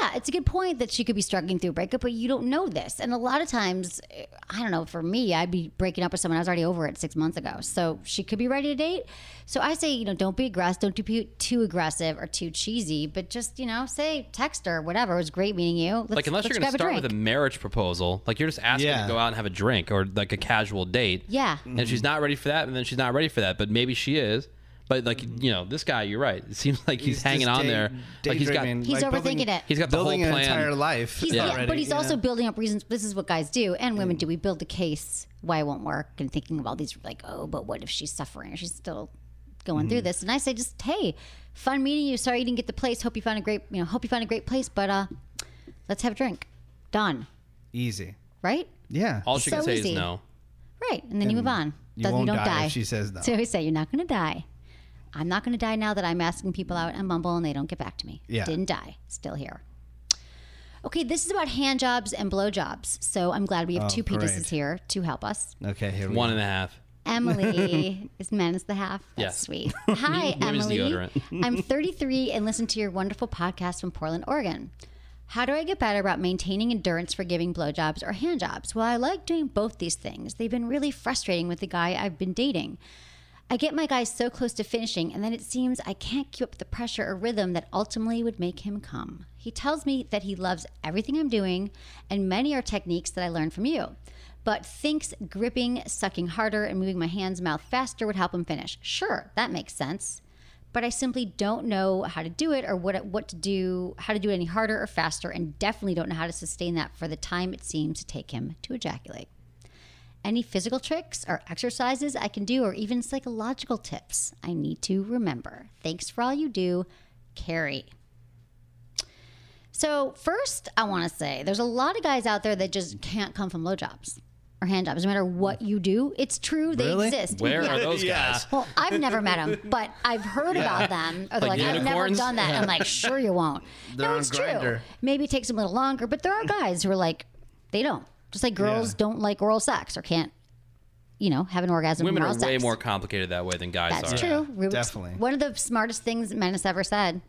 Speaker 1: Yeah, it's a good point that she could be struggling through a breakup, but you don't know this. And a lot of times, eh, I don't know. For me, I'd be breaking up with someone I was already over it six months ago. So she could be ready to date. So I say, you know, don't be aggressive, don't be too aggressive or too cheesy, but just you know, say text her, whatever. It was great meeting you. Let's,
Speaker 7: like unless
Speaker 1: let's
Speaker 7: you're going
Speaker 1: grab
Speaker 7: to start with
Speaker 1: drink.
Speaker 7: a marriage proposal, like you're just asking
Speaker 9: Yeah.
Speaker 7: to go out and have a drink or like a casual date.
Speaker 1: Yeah.
Speaker 7: And if she's
Speaker 9: Mm-hmm.
Speaker 7: not ready for that, and then she's not ready for that, but maybe she is. But like you know, this guy, you're right. It seems like he's,
Speaker 9: Mm-hmm. just
Speaker 7: hanging on
Speaker 9: day-
Speaker 7: there. Like he's got
Speaker 9: daydreaming,
Speaker 1: He's
Speaker 9: building-
Speaker 1: overthinking it.
Speaker 7: he's got the whole
Speaker 9: building an
Speaker 7: plan.
Speaker 9: entire life.
Speaker 1: He's, yeah,
Speaker 9: already,
Speaker 1: but he's
Speaker 9: you know?
Speaker 1: also building up reasons. This is what guys do, and
Speaker 9: Mm.
Speaker 1: women do. We build a case why it won't work, and thinking of all these like, oh, but what if she's suffering? Or she's still going through
Speaker 9: Mm-hmm.
Speaker 1: this. And I say, just hey, fun meeting you. Sorry you didn't get the place. Hope you found a great, you know, hope you found a great place. But uh, let's have a drink. Done.
Speaker 9: easy.
Speaker 1: Right.
Speaker 9: Yeah.
Speaker 7: all she
Speaker 1: so
Speaker 7: can say
Speaker 1: easy.
Speaker 7: is no.
Speaker 1: Right. And then you move on.
Speaker 9: you
Speaker 1: Doesn't-
Speaker 9: won't
Speaker 1: don't
Speaker 9: die if she says no.
Speaker 1: So I always say, you're not going to die. I'm not going to die now that I'm asking people out on Bumble and they don't get back to me.
Speaker 9: Yeah.
Speaker 1: Didn't die. Still here. Okay, this is about hand jobs and blowjobs. So I'm glad we have
Speaker 9: Oh,
Speaker 1: two
Speaker 9: great.
Speaker 1: Pegasus here to help us.
Speaker 9: okay. Here we
Speaker 7: One
Speaker 9: go.
Speaker 7: and a half.
Speaker 1: Emily is men is the half. That's
Speaker 7: Yes.
Speaker 1: sweet. Hi,
Speaker 7: Women's
Speaker 1: Emily.
Speaker 7: deodorant.
Speaker 1: I'm 33 and listen to your wonderful podcast from Portland, Oregon. How do I get better about maintaining endurance for giving blowjobs or handjobs? Well, I like doing both these things. They've been really frustrating with the guy I've been dating. I get my guy so close to finishing, and then it seems I can't keep up the pressure or rhythm that ultimately would make him come. He tells me that he loves everything I'm doing, and many are techniques that I learned from you, but thinks gripping, sucking harder, and moving my hands mouth faster would help him finish. Sure, that makes sense but I simply don't know how to do it or what what to do, how to do it any harder or faster, and definitely don't know how to sustain that for the time it seems to take him to ejaculate. Any physical tricks or exercises I can do, or even psychological tips I need to remember. Thanks for all you do, Carrie. So first, I want to say there's a lot of guys out there that just can't come from blowjobs or handjobs, no matter what you do. It's true, they
Speaker 9: Really?
Speaker 1: exist.
Speaker 7: Where are those
Speaker 9: Yeah.
Speaker 7: guys?
Speaker 1: Well, I've never met them, but I've heard about them. Or they're
Speaker 7: Like
Speaker 1: like, I've never
Speaker 7: unicorns?
Speaker 1: done that. I'm like, sure you won't.
Speaker 9: They're
Speaker 1: no,
Speaker 9: on
Speaker 1: it's true.
Speaker 9: Grindr.
Speaker 1: Maybe it takes them a little longer, but there are guys who are like, they don't. Just like girls
Speaker 9: Yeah.
Speaker 1: don't like oral sex or can't, you know, have an orgasm.
Speaker 7: Women
Speaker 1: from
Speaker 7: are
Speaker 1: oral
Speaker 7: way
Speaker 1: sex.
Speaker 7: more complicated that way than guys
Speaker 1: That's
Speaker 7: are.
Speaker 1: true. Rubik's-
Speaker 9: definitely.
Speaker 1: One of the smartest things Menace ever said.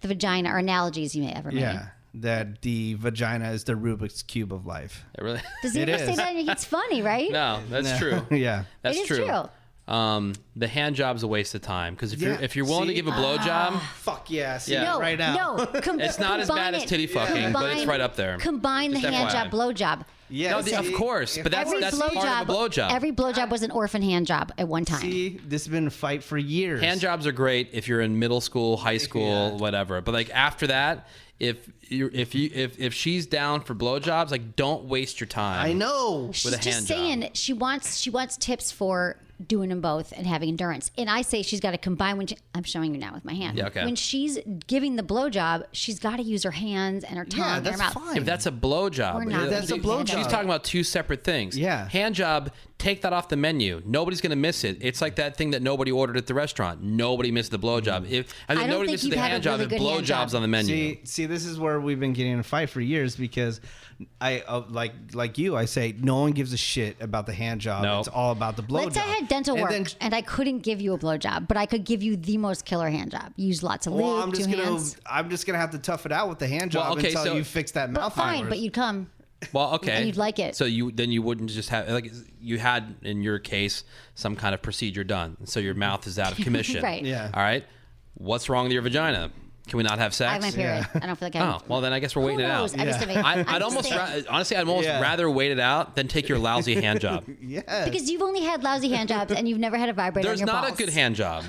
Speaker 1: The vagina or analogies you may ever make.
Speaker 9: Yeah. That the vagina is the Rubik's cube of life.
Speaker 7: It really-
Speaker 1: Does he
Speaker 9: It
Speaker 1: ever say
Speaker 9: is.
Speaker 1: that? It's funny, right?
Speaker 7: no, that's true.
Speaker 9: yeah.
Speaker 7: That's
Speaker 1: It is
Speaker 7: true.
Speaker 1: true.
Speaker 7: Um, the hand job's a waste of time because if you're
Speaker 9: Yeah,
Speaker 7: if you're willing to
Speaker 9: see? ah.
Speaker 7: give a blowjob,
Speaker 9: Fuck yeah. See
Speaker 7: Yeah.
Speaker 9: that
Speaker 1: No,
Speaker 9: right now.
Speaker 1: no. com-
Speaker 7: It's not as
Speaker 1: combine
Speaker 7: bad as
Speaker 1: it.
Speaker 7: titty fucking, but it's
Speaker 1: Combine-
Speaker 7: right up there.
Speaker 1: Combine the
Speaker 7: Just
Speaker 1: hand job,
Speaker 7: FYI.
Speaker 1: blow job.
Speaker 9: Yeah.
Speaker 7: No, the- of course, but that's-
Speaker 1: every
Speaker 7: that's
Speaker 1: blowjob,
Speaker 7: part of a blowjob.
Speaker 1: Every blowjob was an orphan hand job at one time.
Speaker 9: See, this has been a fight for years.
Speaker 7: hand jobs are great if you're in middle school, high school,
Speaker 9: Yeah.
Speaker 7: whatever. But like after that, if you if you if if she's down for blowjobs, like don't waste your time.
Speaker 9: I know.
Speaker 1: She's
Speaker 7: a
Speaker 1: just
Speaker 7: hand job.
Speaker 1: saying she wants she wants tips for doing them both and having endurance. And I say she's got to combine when she, I'm showing you now with my hand.
Speaker 7: Yeah, okay.
Speaker 1: When she's giving the blowjob, she's got to use her hands and her tongue
Speaker 9: Yeah,
Speaker 1: and her
Speaker 9: that's
Speaker 1: mouth.
Speaker 9: fine.
Speaker 7: If that's a
Speaker 1: We're
Speaker 7: blowjob,
Speaker 1: not
Speaker 9: That's a blowjob.
Speaker 7: She's talking about two separate things.
Speaker 9: Yeah.
Speaker 7: hand job. Take that off the menu. Nobody's gonna miss it. It's like that thing that nobody ordered at the restaurant. Nobody missed the blowjob. If I, mean,
Speaker 1: don't
Speaker 7: nobody
Speaker 1: think
Speaker 7: misses
Speaker 1: you've
Speaker 7: the
Speaker 1: had a
Speaker 7: hand job,
Speaker 1: really good
Speaker 7: if
Speaker 1: hand
Speaker 7: blowjobs
Speaker 1: job.
Speaker 7: on the menu.
Speaker 9: Mm. See, see, this is where we've been getting in a fight for years because I uh, like like you. I say no one gives a shit about the hand job.
Speaker 7: No.
Speaker 9: It's all about the blow
Speaker 1: Let's say I
Speaker 9: job.
Speaker 1: had dental
Speaker 9: And
Speaker 1: work
Speaker 9: then-
Speaker 1: and I couldn't give you a blowjob, but I could give you the most killer hand job. Use lots of lube,
Speaker 9: well, I'm just
Speaker 1: two
Speaker 9: gonna
Speaker 1: hands.
Speaker 9: I'm just gonna have to tough it out with the hand
Speaker 7: Well,
Speaker 9: job
Speaker 7: okay,
Speaker 9: until
Speaker 7: so-
Speaker 9: you fix that
Speaker 1: But
Speaker 9: mouth.
Speaker 1: fine,
Speaker 9: virus.
Speaker 1: but you'd come.
Speaker 7: Well, okay.
Speaker 1: And you'd like it.
Speaker 7: So you then you wouldn't just have like you had in your case some kind of procedure done, so your mouth is out of commission.
Speaker 1: Right.
Speaker 9: Yeah.
Speaker 7: All right. What's wrong with your vagina? Can we not have sex?
Speaker 1: I have my period. I don't feel like I.
Speaker 7: Oh well, then I guess we're
Speaker 1: Who
Speaker 7: waiting it out.
Speaker 1: knows? I just haven't-
Speaker 7: I,
Speaker 1: I'm
Speaker 7: I'd
Speaker 1: just
Speaker 7: almost
Speaker 1: saying.
Speaker 7: ra- honestly, I'd almost
Speaker 9: Yeah.
Speaker 7: rather wait it out than take your lousy hand job.
Speaker 9: yeah,
Speaker 1: because you've only had lousy hand jobs and you've never had a vibrator.
Speaker 7: There's
Speaker 1: on your
Speaker 7: not a
Speaker 1: balls.
Speaker 7: good hand job.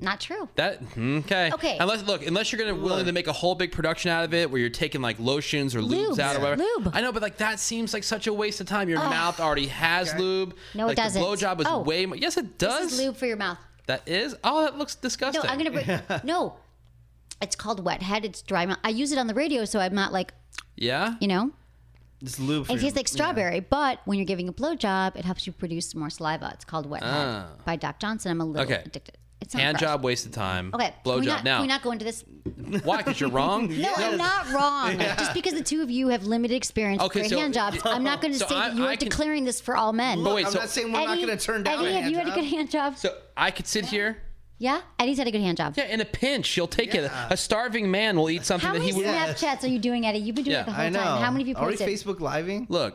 Speaker 1: Not true.
Speaker 7: That okay.
Speaker 1: Okay.
Speaker 7: Unless look, unless you're gonna willing to make a whole big production out of it, where you're taking like lotions or lubes,
Speaker 1: Lubes.
Speaker 7: out or whatever.
Speaker 1: Lube.
Speaker 7: I know, but like that seems like such a waste of time. Your mouth already has lube.
Speaker 1: No, it
Speaker 7: like,
Speaker 1: doesn't.
Speaker 7: The blowjob was
Speaker 1: Oh.
Speaker 7: way more. Yes, it does.
Speaker 1: This is lube for your mouth.
Speaker 7: That is. Oh, that looks
Speaker 1: No,
Speaker 7: disgusting.
Speaker 1: I'm gonna bring. no, it's called wet head. It's dry mouth. I use it on the radio, so I'm not like
Speaker 7: Yeah.
Speaker 1: you know.
Speaker 9: Just lube. for
Speaker 1: It
Speaker 9: your-
Speaker 1: tastes like strawberry, but when you're giving a blowjob, it helps you produce more saliva. It's called Wet Head by Doc Johnson. I'm a little
Speaker 7: Ah. Okay.
Speaker 1: addicted. It's not
Speaker 7: Hand
Speaker 1: gross.
Speaker 7: job, waste of time.
Speaker 1: Okay. can
Speaker 7: Blow
Speaker 1: we not,
Speaker 7: job. Now,
Speaker 1: Can we not go into this?
Speaker 7: why? Because you're wrong.
Speaker 1: No, I'm not wrong. Just because the two of you have limited experience
Speaker 7: Okay,
Speaker 1: with
Speaker 7: so-
Speaker 1: your hand jobs, I'm not going to
Speaker 7: So
Speaker 1: say
Speaker 7: I-
Speaker 1: that you
Speaker 7: I
Speaker 1: are
Speaker 7: can-
Speaker 1: declaring this for all men.
Speaker 7: But wait,
Speaker 9: I'm
Speaker 7: so,
Speaker 9: not saying we're not going to turn
Speaker 1: Eddie,
Speaker 9: down. a
Speaker 1: have you had
Speaker 9: hand
Speaker 1: a good
Speaker 9: job.
Speaker 1: hand job?
Speaker 7: so I could sit here.
Speaker 1: yeah, Eddie's had a good hand job.
Speaker 7: Yeah, in a pinch, he'll take it. A starving man will eat something
Speaker 1: How
Speaker 7: that
Speaker 1: many
Speaker 7: he would.
Speaker 1: Snapchats are you doing, Eddie? You've been doing
Speaker 7: Yeah,
Speaker 1: it the whole
Speaker 9: I know.
Speaker 1: time. How many of you
Speaker 9: Are we
Speaker 1: posted?
Speaker 9: Facebook living?
Speaker 7: Look,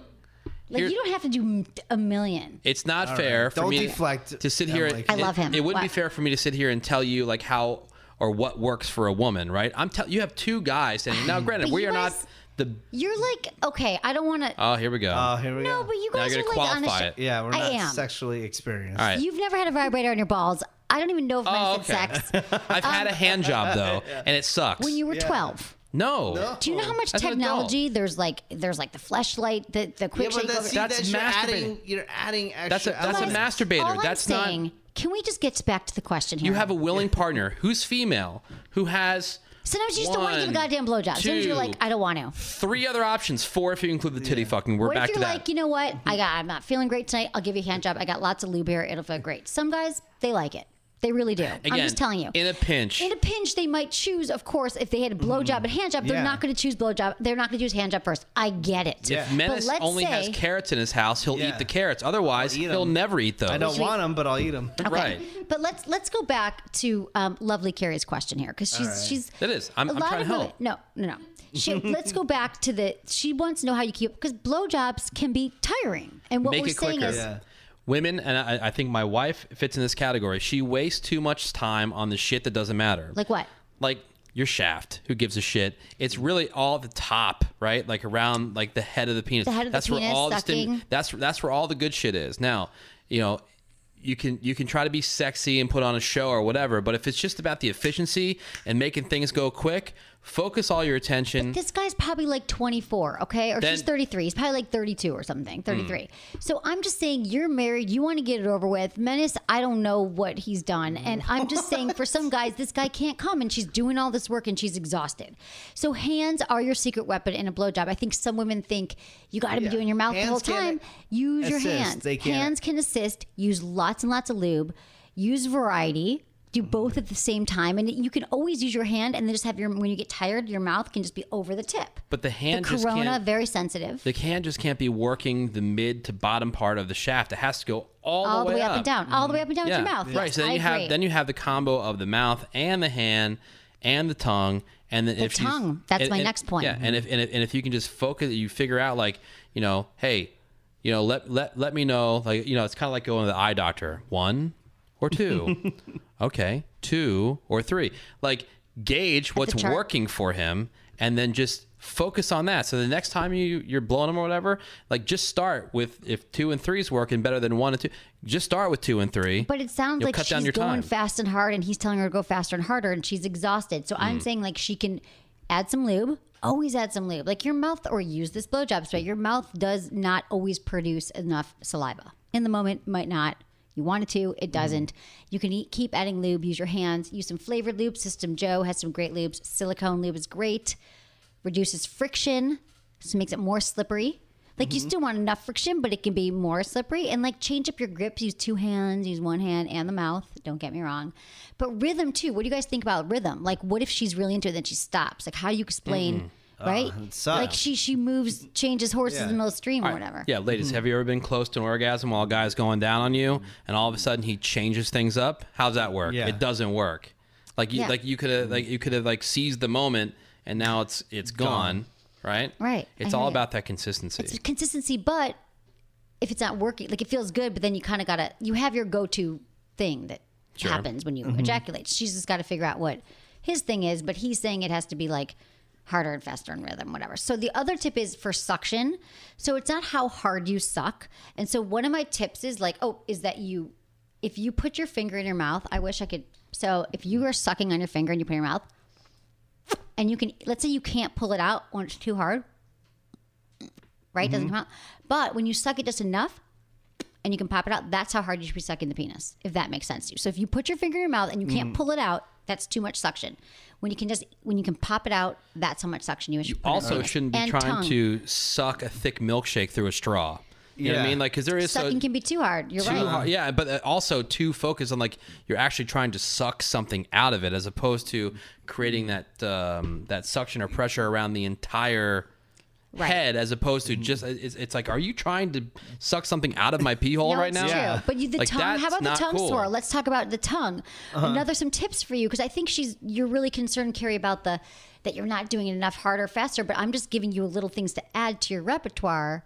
Speaker 1: like
Speaker 7: here-
Speaker 1: you don't have to do m- a million.
Speaker 7: it's not fair for
Speaker 9: Don't
Speaker 7: me
Speaker 9: deflect,
Speaker 7: to sit here.
Speaker 9: Emily.
Speaker 7: and-
Speaker 1: I love him.
Speaker 7: It, wouldn't be
Speaker 1: Wow.
Speaker 7: fair for me to sit here and tell you like how or what works for a woman, right? I'm tell you have two guys saying now. Granted,
Speaker 1: But
Speaker 7: we
Speaker 1: you
Speaker 7: are not
Speaker 1: guys-
Speaker 7: the.
Speaker 1: You're like, okay, I don't want to.
Speaker 7: Oh, here we go.
Speaker 9: Oh, here we
Speaker 1: no,
Speaker 9: go.
Speaker 1: but you
Speaker 7: Now I
Speaker 1: guys
Speaker 7: gotta
Speaker 1: are like on a
Speaker 7: qualify
Speaker 1: sh-
Speaker 7: it.
Speaker 9: yeah, we're
Speaker 1: I
Speaker 9: not
Speaker 1: am.
Speaker 9: sexually experienced.
Speaker 7: All right.
Speaker 1: You've never had a vibrator on your balls. I don't even know if
Speaker 7: Oh,
Speaker 1: men said
Speaker 7: okay.
Speaker 1: sex.
Speaker 7: I've had a hand job though, and it sucks.
Speaker 1: um, When you were 12.
Speaker 7: no.
Speaker 9: Oh.
Speaker 1: Do you know how much
Speaker 7: Oh, As an adult.
Speaker 1: technology there's like there's like the fleshlight, the the
Speaker 9: Yeah,
Speaker 1: quick
Speaker 9: but
Speaker 1: shake
Speaker 9: that's,
Speaker 1: over-
Speaker 9: see, that's,
Speaker 7: That's
Speaker 9: you're
Speaker 7: masturbating.
Speaker 9: adding. You're adding extra.
Speaker 7: That's a that's a
Speaker 9: elements.
Speaker 7: masturbator.
Speaker 1: All
Speaker 7: that's
Speaker 1: I'm
Speaker 7: not.
Speaker 1: saying, can we just get back to the question here?
Speaker 7: You have a willing partner who's female who has
Speaker 1: Sometimes you just don't want to give a
Speaker 7: One,
Speaker 1: goddamn blowjob. Sometimes you're
Speaker 7: two,
Speaker 1: like, I don't want to.
Speaker 7: three other options, four if you include the titty fucking. We're
Speaker 1: what
Speaker 7: back
Speaker 1: if you're
Speaker 7: to that. Mm-hmm.
Speaker 1: like, you know what? I got I'm not feeling great tonight. I'll give you a hand job. I got lots of lube here. It'll feel great. Some guys, they like it. They really do. I'm
Speaker 7: Again,
Speaker 1: just telling you.
Speaker 7: In a pinch.
Speaker 1: In a pinch, they might choose, of course, if they had a
Speaker 7: Mm-hmm.
Speaker 1: blowjob and hand job, they're
Speaker 9: Yeah.
Speaker 1: not going to choose blowjob. They're not going to choose hand job first. I get it.
Speaker 9: Yeah.
Speaker 7: if Menace
Speaker 1: let's
Speaker 7: only has
Speaker 1: say-
Speaker 7: carrots in his house, he'll
Speaker 9: Yeah.
Speaker 7: eat the carrots. Otherwise,
Speaker 9: I'll eat
Speaker 7: he'll
Speaker 9: 'em.
Speaker 7: never eat those.
Speaker 9: I don't want them, but I'll eat them.
Speaker 7: Right.
Speaker 1: But let's let's go back to um, lovely Carrie's question here because she's she's
Speaker 7: That is. I'm-
Speaker 1: a
Speaker 7: I'm
Speaker 1: lot
Speaker 7: trying
Speaker 1: of
Speaker 7: to
Speaker 1: women-
Speaker 7: help.
Speaker 1: No, no, no. She, let's go back to the. She wants to know how you keep because blowjobs can be tiring, and what
Speaker 7: Make
Speaker 1: we're
Speaker 7: it
Speaker 1: saying
Speaker 7: quicker.
Speaker 1: is
Speaker 9: Yeah.
Speaker 7: Women, and I, I think my wife fits in this category, she wastes too much time on the shit that doesn't matter.
Speaker 1: like what?
Speaker 7: like your shaft. Who gives a shit? It's really all the top, right? Like around like the head of the penis.
Speaker 1: The head of the
Speaker 7: that's where
Speaker 1: penis,
Speaker 7: all the
Speaker 1: sucking.
Speaker 7: that's that's where all the good shit is. Now, you know, you can you can try to be sexy and put on a show or whatever, but if it's just about the efficiency and making things go quick, focus all your attention.
Speaker 9: Mm-hmm.
Speaker 1: This guy's probably like 24, okay? Or
Speaker 7: Then-
Speaker 1: she's 33. He's probably like 32 or something,
Speaker 9: Mm.
Speaker 1: 33. So I'm just saying, you're married. You want to get it over with. Menace, I don't know what he's done. And I'm just saying, for some guys, this guy can't come and she's doing all this work and she's exhausted. So hands are your secret weapon in a blowjob. I think some women think you got to be doing your mouth the
Speaker 9: Hands
Speaker 1: whole time.
Speaker 9: can't
Speaker 1: Use your
Speaker 9: assist.
Speaker 1: hands.
Speaker 9: They can't-
Speaker 1: Hands can assist. Use lots and lots of lube. Use variety. Do
Speaker 7: Mm-hmm.
Speaker 1: both at the same time, and you can always use your hand, and then just have your when you get tired, your mouth can just be over the tip.
Speaker 7: but the hand just
Speaker 1: Corona,
Speaker 7: can't
Speaker 1: very sensitive,
Speaker 7: the hand just can't be working the mid to bottom part of the shaft. It has to go all,
Speaker 1: all the way, up, and down, all the way up and down with your mouth.
Speaker 7: Right.
Speaker 1: Yes,
Speaker 7: So then
Speaker 1: I
Speaker 7: you
Speaker 1: agree.
Speaker 7: have then you have the combo of the mouth and the hand and the tongue and then the if you-
Speaker 1: tongue. That's
Speaker 7: and-
Speaker 1: my
Speaker 7: and-
Speaker 1: next point.
Speaker 7: Yeah. And if, and if and if you can just focus, you figure out like you know, hey, you know, let let let me know like you know, it's kind of like going to the eye doctor, one or two, okay, two or three, like gauge what's
Speaker 1: chart.
Speaker 7: working for him, and then just focus on that so the next time you you're blowing them or whatever like just start with if two and three is working better than one and two just start with two and three
Speaker 1: But it sounds
Speaker 7: You'll
Speaker 1: like
Speaker 7: cut
Speaker 1: she's
Speaker 7: down
Speaker 1: going
Speaker 7: your time.
Speaker 1: fast and hard, and he's telling her to go faster and harder, and she's exhausted. So
Speaker 7: Mm.
Speaker 1: I'm saying like she can add some lube. Always add some lube, like your mouth, or use this blowjob spray. Your mouth does not always produce enough saliva in the moment. Might not. You wanted to,
Speaker 7: Mm.
Speaker 1: it doesn't. You can eat, keep adding lube. Use your hands. Use some flavored lube. System Joe has some great lubes. Silicone lube is great. Reduces friction, so makes it more slippery. Like you still want enough friction, but it can be more slippery. And like change up your grips. Use two hands. Use one hand and the mouth. Don't get me wrong. But rhythm too. What do you guys think about rhythm? Like, what if she's really into it, then she stops? Like, how do you explain? Right?
Speaker 9: sucks.
Speaker 1: like she she moves, changes horses in the middle of the stream or whatever.
Speaker 7: Yeah, ladies, have you ever been close to an orgasm while a guy's going down on you, and all of a sudden he changes things up? How's that work?
Speaker 9: Yeah.
Speaker 7: It doesn't work. Like you,
Speaker 1: Yeah.
Speaker 7: like you could have, like you could have, like seized the moment, and now it's it's gone, right?
Speaker 1: Right. I
Speaker 7: It's
Speaker 1: hear
Speaker 7: all
Speaker 1: you.
Speaker 7: about that consistency.
Speaker 1: It's consistency, but if it's not working, like it feels good, but then you kind of gotta you have your go to thing that happens when you ejaculate. She's just got to figure out what his thing is, but he's saying it has to be like harder and faster and rhythm, whatever. So the other tip is for suction. So it's not how hard you suck. And so one of my tips is like, oh, is that you? If you put your finger in your mouth, I wish I could. So if you are sucking on your finger and you put it in your mouth, and you can let's say you can't pull it out when it's too hard right doesn't
Speaker 7: Mm-hmm.
Speaker 1: come out but when you suck it just enough
Speaker 7: Mm-hmm.
Speaker 1: and you can pop it out that's how hard you should be sucking the penis if that makes sense to you so if you put your finger in your mouth and you can't pull it out That's too much suction. When you can just when you can pop it out, that's how much suction you should. put in
Speaker 7: also
Speaker 1: there.
Speaker 7: shouldn't be
Speaker 1: And
Speaker 7: trying
Speaker 1: tongue.
Speaker 7: to suck a thick milkshake through a straw. You know what I
Speaker 9: Yeah.
Speaker 7: mean? Like, because there is so-
Speaker 1: Sucking can be too hard. You're
Speaker 7: too
Speaker 1: right.
Speaker 7: hard- yeah, but uh, also too focused on like you're actually trying to suck something out of it as opposed to creating that um, that suction or pressure around the entire
Speaker 1: Right.
Speaker 7: head as opposed to just uh, it's, it's like are you trying to suck something out of my pee hole
Speaker 1: No,
Speaker 7: right
Speaker 1: it's
Speaker 7: now?
Speaker 1: true. But you, the
Speaker 7: Like,
Speaker 1: tongue. How
Speaker 7: that's
Speaker 1: about the
Speaker 7: not
Speaker 1: tongue
Speaker 7: cool.
Speaker 1: swirl? Let's talk about the tongue. Another some tips for you because I think she's you're really concerned, Carrie, about the that you're not doing it enough harder, faster. But I'm just giving you little things to add to your repertoire.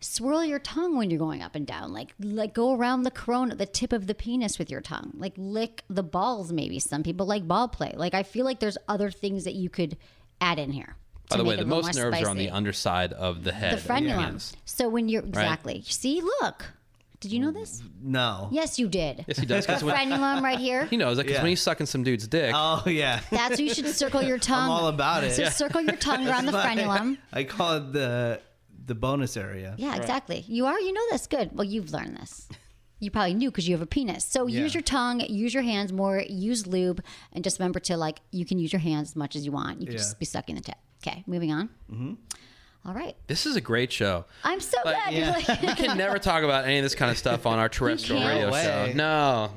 Speaker 1: Swirl your tongue when you're going up and down. Like like go around the corona, the tip of the penis with your tongue. Like lick the balls. Maybe some people like ball play. Like I feel like there's other things that you could add in here.
Speaker 7: By
Speaker 1: to
Speaker 7: the way,
Speaker 1: make it a
Speaker 7: the
Speaker 1: little
Speaker 7: most
Speaker 1: more
Speaker 7: nerves are on
Speaker 1: spicy.
Speaker 7: the underside of the
Speaker 1: the
Speaker 7: head.
Speaker 1: frenulum. So when you're exactly see, look. Did you know this?
Speaker 9: Mm. No.
Speaker 1: Yes, you did.
Speaker 7: Yes, he does. 'cause when-
Speaker 1: Frenulum right here.
Speaker 7: he knows because
Speaker 9: Yeah.
Speaker 7: when he's sucking some dude's dick,
Speaker 9: Oh yeah.
Speaker 1: That's where you should circle your tongue.
Speaker 9: I'm all about it.
Speaker 1: So circle your tongue around the frenulum.
Speaker 9: I call it the the bonus area.
Speaker 1: Yeah, exactly. You are. You know this. Good. Well, you've learned this. You probably knew because you have a penis. So use your tongue, use your hands more, use lube, and just remember to like you can use your hands as much as you want. You can
Speaker 9: Yeah.
Speaker 1: just be sucking the tip. Okay, moving on. Mm-hmm. right.
Speaker 7: this is a great show.
Speaker 1: I'm so glad you're like.
Speaker 7: We can never talk about any of this kind of stuff on our terrestrial
Speaker 1: can't.
Speaker 7: radio
Speaker 9: No
Speaker 7: show.
Speaker 9: way.
Speaker 7: No,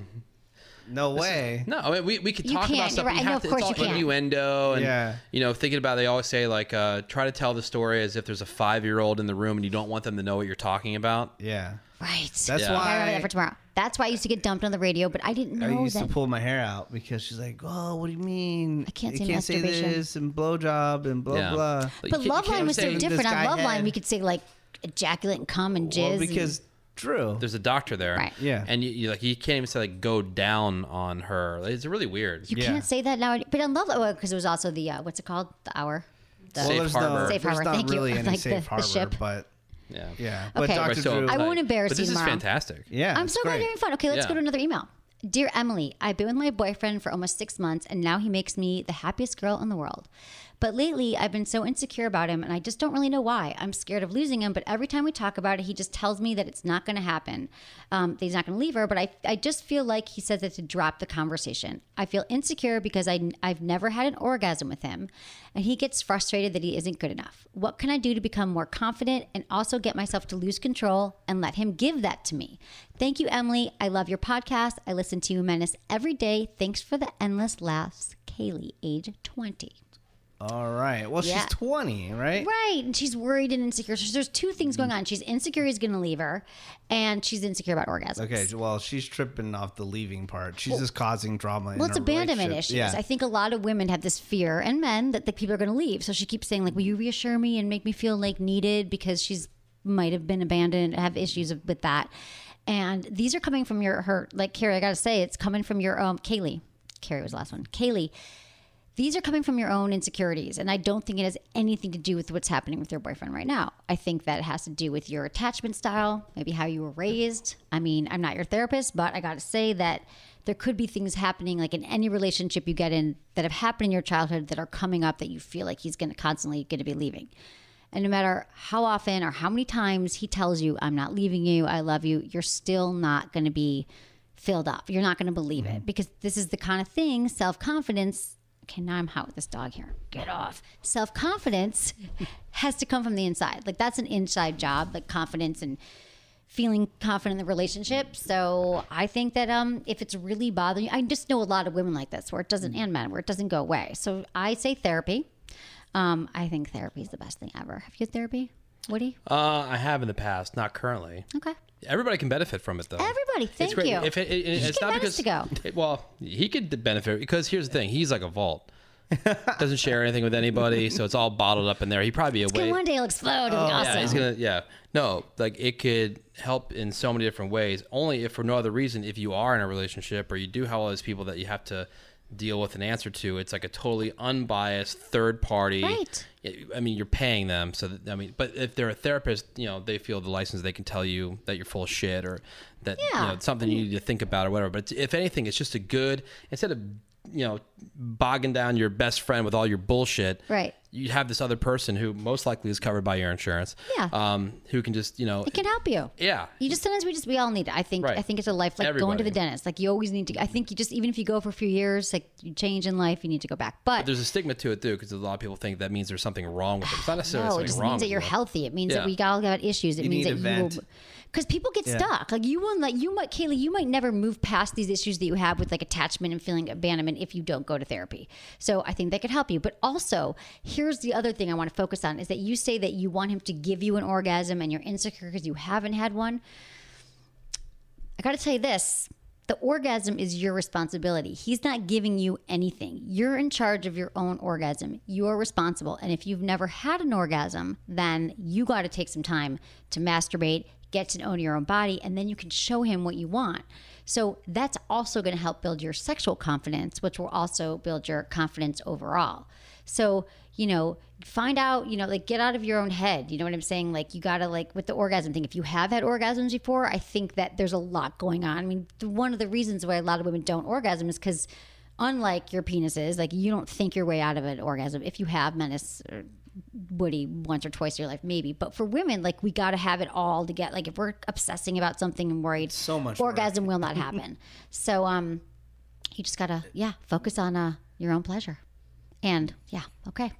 Speaker 9: No way.
Speaker 7: No, I mean, we, we could
Speaker 1: You
Speaker 7: talk about
Speaker 1: can't,
Speaker 7: stuff.
Speaker 1: you're right.
Speaker 7: We
Speaker 1: No,
Speaker 7: have
Speaker 1: of
Speaker 7: to,
Speaker 1: course
Speaker 7: it's
Speaker 1: you
Speaker 7: all
Speaker 1: can't.
Speaker 7: innuendo and
Speaker 9: Yeah.
Speaker 7: you know, thinking about. They always say like, uh, try to tell the story as if there's a five year old in the room and you don't want them to know what you're talking about.
Speaker 9: Yeah.
Speaker 1: right.
Speaker 9: That's
Speaker 7: Yeah.
Speaker 1: I remember that
Speaker 9: why
Speaker 1: for tomorrow. That's why I used to get dumped on the radio, but I didn't
Speaker 9: I
Speaker 1: know
Speaker 9: used to
Speaker 1: that.
Speaker 9: pull my hair out because she's like, "Oh, what do you mean?
Speaker 1: I can't
Speaker 9: you
Speaker 1: say
Speaker 9: can't say
Speaker 1: masturbation."
Speaker 9: this and blowjob and blah
Speaker 7: Yeah.
Speaker 9: blah."
Speaker 1: but
Speaker 7: Like, you can't- you
Speaker 1: Loveline
Speaker 7: can't
Speaker 1: was
Speaker 7: say
Speaker 1: so
Speaker 9: this
Speaker 1: different. On
Speaker 9: guy
Speaker 1: Loveline,
Speaker 9: had-
Speaker 1: we could say like ejaculate and cum and jizz.
Speaker 9: Well,
Speaker 1: and-
Speaker 9: because Drew.
Speaker 7: There's a doctor there,
Speaker 1: Right.
Speaker 9: Yeah.
Speaker 7: and you, you like you can't even say like go down on her. Like, It's really weird.
Speaker 1: You
Speaker 9: Yeah.
Speaker 1: can't say that now. But on Love, because it was also the uh, what's it called? The hour. The,
Speaker 7: Safe
Speaker 9: there's
Speaker 7: harbor.
Speaker 9: No,
Speaker 1: Safe
Speaker 9: there's
Speaker 1: harbor,
Speaker 9: not
Speaker 1: thank you.
Speaker 9: really any
Speaker 1: Like the-
Speaker 9: safe
Speaker 1: the
Speaker 9: harbor,
Speaker 1: ship.
Speaker 9: but
Speaker 7: yeah,
Speaker 9: yeah. But
Speaker 1: Okay.
Speaker 9: Dr.
Speaker 1: Right,
Speaker 7: So
Speaker 9: Drew,
Speaker 1: I
Speaker 7: like-
Speaker 1: won't embarrass
Speaker 7: but
Speaker 1: you
Speaker 7: This is
Speaker 1: tomorrow.
Speaker 7: fantastic.
Speaker 9: yeah,
Speaker 1: I'm
Speaker 9: it's
Speaker 1: so glad
Speaker 9: great.
Speaker 1: you're having fun. Okay, let's
Speaker 7: Yeah.
Speaker 1: go to another email. Dear Emily, I've been with my boyfriend for almost six months, and now he makes me the happiest girl in the world. But lately, I've been so insecure about him, and I just don't really know why. I'm scared of losing him, but every time we talk about it, he just tells me that it's not going to happen. Um, that he's not going to leave her, but I, I just feel like he says that to drop the conversation. I feel insecure because I, I've never had an orgasm with him, and he gets frustrated that he isn't good enough. What can I do to become more confident and also get myself to lose control and let him give that to me? Thank you, Emily. I love your podcast. I listen to you, Menace, every day. Thanks for the endless laughs. Kaylee, age 20.
Speaker 9: All right. Well,
Speaker 1: Yeah.
Speaker 9: she's 20, right?
Speaker 1: Right. And she's worried and insecure. So there's two things going on. She's insecure he's going to leave her, and she's insecure about orgasms.
Speaker 9: Okay. Well, she's tripping off the leaving part. She's just causing drama.
Speaker 1: Well,
Speaker 9: in
Speaker 1: it's
Speaker 9: her
Speaker 1: abandonment
Speaker 9: relationship.
Speaker 1: issues.
Speaker 9: Yeah.
Speaker 1: I think a lot of women have this fear, and men, that the people are going to leave. So she keeps saying, like, "Will you reassure me and make me feel like needed?" Because she's might have been abandoned, have issues with that. And these are coming from your her, like Carrie. I got to say, it's coming from your um Kaylee. Carrie was the last one. Kaylee. These are coming from your own insecurities, and I don't think it has anything to do with what's happening with your boyfriend right now. I think that it has to do with your attachment style, maybe how you were raised. I mean, I'm not your therapist, but I got to say that there could be things happening, like in any relationship you get in, that have happened in your childhood that are coming up that you feel like he's going to constantly going to be leaving. And no matter how often or how many times he tells you, I'm not leaving you, I love you, you're still not going to be filled up. You're not going to believe
Speaker 7: Mm-hmm.
Speaker 1: it because this is the kind of thing self confidence. Okay, now I'm hot with this dog here. Get off. Self confidence has to come from the inside. Like, that's an inside job, like confidence and feeling confident in the relationship. So I think that um, if it's really bothering you, I just know a lot of women like this where it doesn't,
Speaker 7: Mm-hmm.
Speaker 1: and men, where it doesn't go away. So I say therapy. Um, I think therapy is the best thing ever. Have you had therapy, Woody?
Speaker 7: Uh, I have in the past, not currently.
Speaker 1: Okay.
Speaker 7: Everybody can benefit from it, though.
Speaker 1: Everybody, thank
Speaker 7: it's great.
Speaker 1: you.
Speaker 7: If it, it-
Speaker 1: Just
Speaker 7: it's
Speaker 1: get
Speaker 7: not
Speaker 1: Max
Speaker 7: because
Speaker 1: to go.
Speaker 7: it- well, he could benefit because here's the thing: he's like a vault. Doesn't share anything with anybody, so it's all bottled up in there. He'd probably be
Speaker 1: Good,
Speaker 7: away.
Speaker 1: One day it'll explode. It'll be awesome.
Speaker 7: Oh, Yeah, he's gonna. Yeah, no, like it could help in so many different ways. Only if for no other reason, if you are in a relationship or you do have all those people that you have to deal with an answer to, it's like a totally unbiased third party.
Speaker 1: Right.
Speaker 7: I mean, you're paying them, so that, I mean, but if they're a therapist, you know, they feel the license, they can tell you that you're full of shit or that you know,
Speaker 1: Yeah.
Speaker 7: it's something you need to think about or whatever. But if anything, it's just a good instead of you know bogging down your best friend with all your bullshit.
Speaker 1: Right.
Speaker 7: you have this other person who most likely is covered by your insurance.
Speaker 1: Yeah.
Speaker 7: Um, who can just you know.
Speaker 1: It can help you.
Speaker 7: Yeah.
Speaker 1: You just sometimes we just we all need it. I think
Speaker 7: Right.
Speaker 1: I think it's a life like going to
Speaker 7: Everybody.
Speaker 1: the dentist. Like you always need to. I think you just even if you go for a few years, like you change in life, you need to go back. But,
Speaker 7: There's a stigma to it too, because a lot of people think that means there's something wrong with it. It's not
Speaker 1: no,
Speaker 7: necessarily
Speaker 1: it
Speaker 7: something
Speaker 1: just
Speaker 7: wrong.
Speaker 1: means that
Speaker 7: with
Speaker 1: you're
Speaker 7: it.
Speaker 1: healthy. It means
Speaker 7: Yeah.
Speaker 1: that we all got issues. It
Speaker 9: You
Speaker 1: means
Speaker 9: need
Speaker 1: that
Speaker 9: to
Speaker 1: you will.
Speaker 9: vent.
Speaker 1: Because people get stuck. Like you will not. You might, Kaylee. You might never move past these issues that you have with like attachment and feeling abandonment if you don't go to therapy. So I think that could help you. But also, here's the other thing I want to focus on is that you say that you want him to give you an orgasm and you're insecure because you haven't had one. I got to tell you this the orgasm is your responsibility. He's not giving you anything. You're in charge of your own orgasm. You are responsible. And if you've never had an orgasm, then you got to take some time to masturbate, get to know your own body, and then you can show him what you want. So that's also going to help build your sexual confidence, which will also build your confidence overall. So, you know, find out, you know, like get out of your own head. You know what I'm saying? Like, you gotta, like, with the orgasm thing, if you have had orgasms before, I think that there's a lot going on. I mean, th- one of the reasons why a lot of women don't orgasm is because, unlike your penises, like, you don't think your way out of an orgasm. If you have menace or Woody once or twice in your life, maybe. But for women, like, we gotta have it all to get, like, if we're obsessing about something and worried,
Speaker 9: So much work.
Speaker 1: orgasm will not happen. so, um, you just gotta, yeah, focus on uh, your own pleasure. And yeah, okay.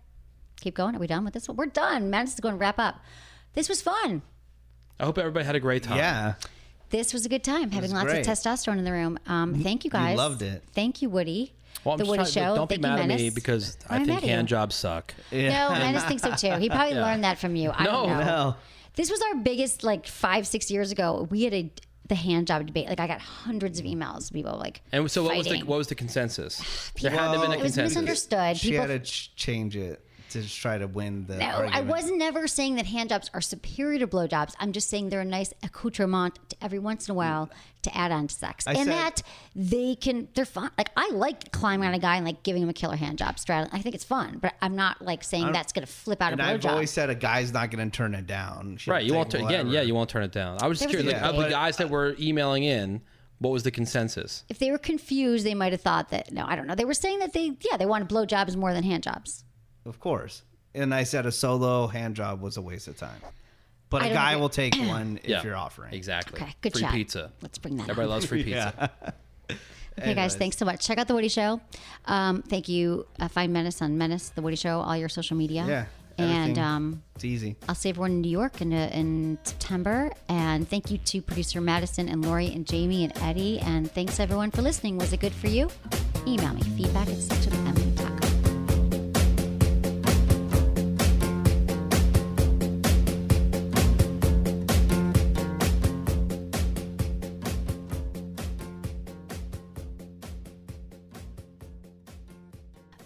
Speaker 1: Keep going. Are we done with this one? We're done. Man, this is going to wrap up. This was fun.
Speaker 7: I hope everybody had a great time.
Speaker 9: Yeah.
Speaker 1: This was a good time having lots of
Speaker 9: great.
Speaker 1: testosterone in the room.
Speaker 7: Mm,
Speaker 1: Um, thank you guys.
Speaker 9: loved it.
Speaker 1: Thank you, Woody.
Speaker 7: Well, I'm
Speaker 1: the
Speaker 7: just
Speaker 1: Woody
Speaker 7: trying-
Speaker 1: Show.
Speaker 7: Don't be
Speaker 1: thank
Speaker 7: mad
Speaker 1: you,
Speaker 7: at me
Speaker 1: Menace.
Speaker 7: because
Speaker 1: I'm not
Speaker 7: I think
Speaker 1: mad at
Speaker 7: hand
Speaker 1: you.
Speaker 7: jobs suck.
Speaker 1: No, Menace thinks so too. He probably learned that from you. I don't
Speaker 7: No.
Speaker 1: know.
Speaker 9: Oh.
Speaker 1: This was our biggest, like five, six years ago. We had a the hand job debate. Like I got hundreds of emails. of People like
Speaker 7: And so, what was the
Speaker 1: fighting. Oh,
Speaker 7: what was the consensus? There had to have been a
Speaker 1: it was
Speaker 7: consensus.
Speaker 1: misunderstood.
Speaker 9: She
Speaker 1: people
Speaker 9: had to ch- change it to try to win the.
Speaker 1: No, I
Speaker 9: argument.
Speaker 1: wasn't never saying that hand jobs are superior to blowjobs. I'm just saying they're a nice accoutrement to every once in a while to add on to sex, and
Speaker 9: Mm. said-
Speaker 1: that they can they're fun. Like I like climbing on a guy and like giving him a killer hand job, straddling. I think it's fun, but I'm not like saying that's gonna flip out a
Speaker 9: And I've
Speaker 1: blowjob.
Speaker 9: always said a guy's not going to turn it down. She'll
Speaker 7: Right, you won't
Speaker 9: take
Speaker 7: turn again.
Speaker 9: whatever.
Speaker 7: Yeah, you won't turn it down. I was just
Speaker 1: There was
Speaker 7: curious, like,
Speaker 1: a
Speaker 7: of the guys that were emailing in, what was the consensus?
Speaker 1: if they were confused, they might have thought that no, I don't know. They were saying that they yeah they wanted blowjobs more than hand jobs.
Speaker 9: Of course. And I said a solo hand job was a waste of time. But
Speaker 1: I
Speaker 9: a
Speaker 1: don't
Speaker 9: guy
Speaker 1: agree.
Speaker 9: will take one if
Speaker 7: Yeah.
Speaker 9: you're offering.
Speaker 7: Exactly.
Speaker 1: Okay, good
Speaker 7: free
Speaker 1: chat.
Speaker 7: pizza.
Speaker 1: Let's bring that.
Speaker 7: Everybody
Speaker 1: up.
Speaker 7: loves free pizza.
Speaker 1: Okay, guys, thanks so much. Check out The Woody Show. Um, thank you. Uh, find Menace on Menace, The Woody Show, all your social media.
Speaker 9: Yeah,
Speaker 1: And
Speaker 9: everything.
Speaker 1: um,
Speaker 9: It's easy.
Speaker 1: I'll see everyone in New York in, uh, in September. And thank you to producer Madison and Lori and Jamie and Eddie. And thanks everyone for listening. Was it good for you? Email me feedback at sexualemily.com.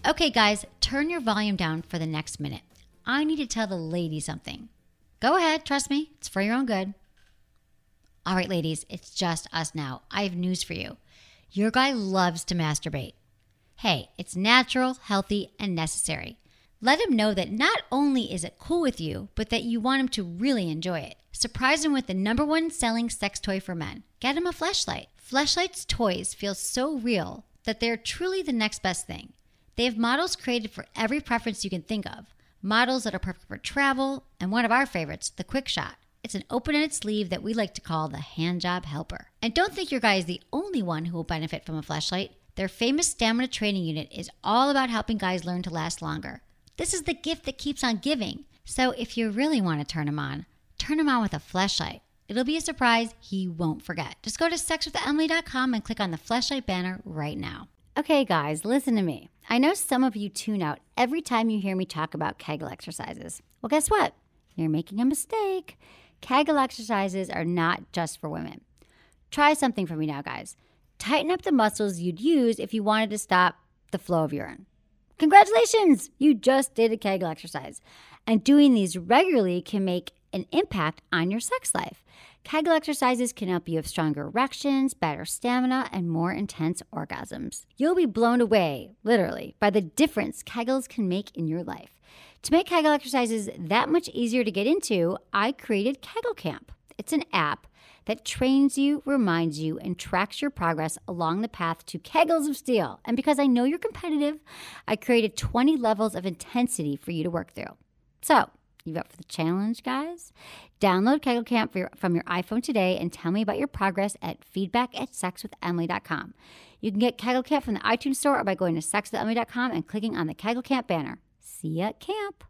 Speaker 1: Okay, guys, turn your volume down for the next minute. I need to tell the ladies something. Go ahead, trust me, it's for your own good. All right, ladies, it's just us now. I have news for you. Your guy loves to masturbate. Hey, it's natural, healthy, and necessary. Let him know that not only is it cool with you, but that you want him to really enjoy it. Surprise him with the number one selling sex toy for men. Get him a fleshlight. Fleshlights toys feel so real that they're truly the next best thing. They have models created for every preference you can think of. Models that are perfect for travel, and one of our favorites, the Quick Shot. It's an open ended sleeve that we like to call the hand job helper. And don't think your guy is the only one who will benefit from a flashlight. Their famous stamina training unit is all about helping guys learn to last longer. This is the gift that keeps on giving. So if you really want to turn him on, turn him on with a flashlight. It'll be a surprise he won't forget. Just go to sexwithemily.com and click on the flashlight banner right now. Okay, guys, listen to me. I know some of you tune out every time you hear me talk about Kegel exercises. Well, guess what? You're making a mistake. Kegel exercises are not just for women. Try something for me now, guys. Tighten up the muscles you'd use if you wanted to stop the flow of urine. Congratulations! You just did a Kegel exercise. And doing these regularly can make an impact on your sex life. Kegel exercises can help you have stronger erections, better stamina, and more intense orgasms. You'll be blown away, literally, by the difference Kegels can make in your life. To make Kegel exercises that much easier to get into, I created Kegel Camp. It's an app that trains you, reminds you, and tracks your progress along the path to kegels of steel. And because I know you're competitive, I created 20 levels of intensity for you to work through. So, you up for the challenge, guys? Download Kegel Camp for your- from your iPhone today and tell me about your progress at feedback at sexwithemily.com. You can get Kegel Camp from the iTunes store or by going to sexwithemily.com and clicking on the Kegel Camp banner. See you at camp.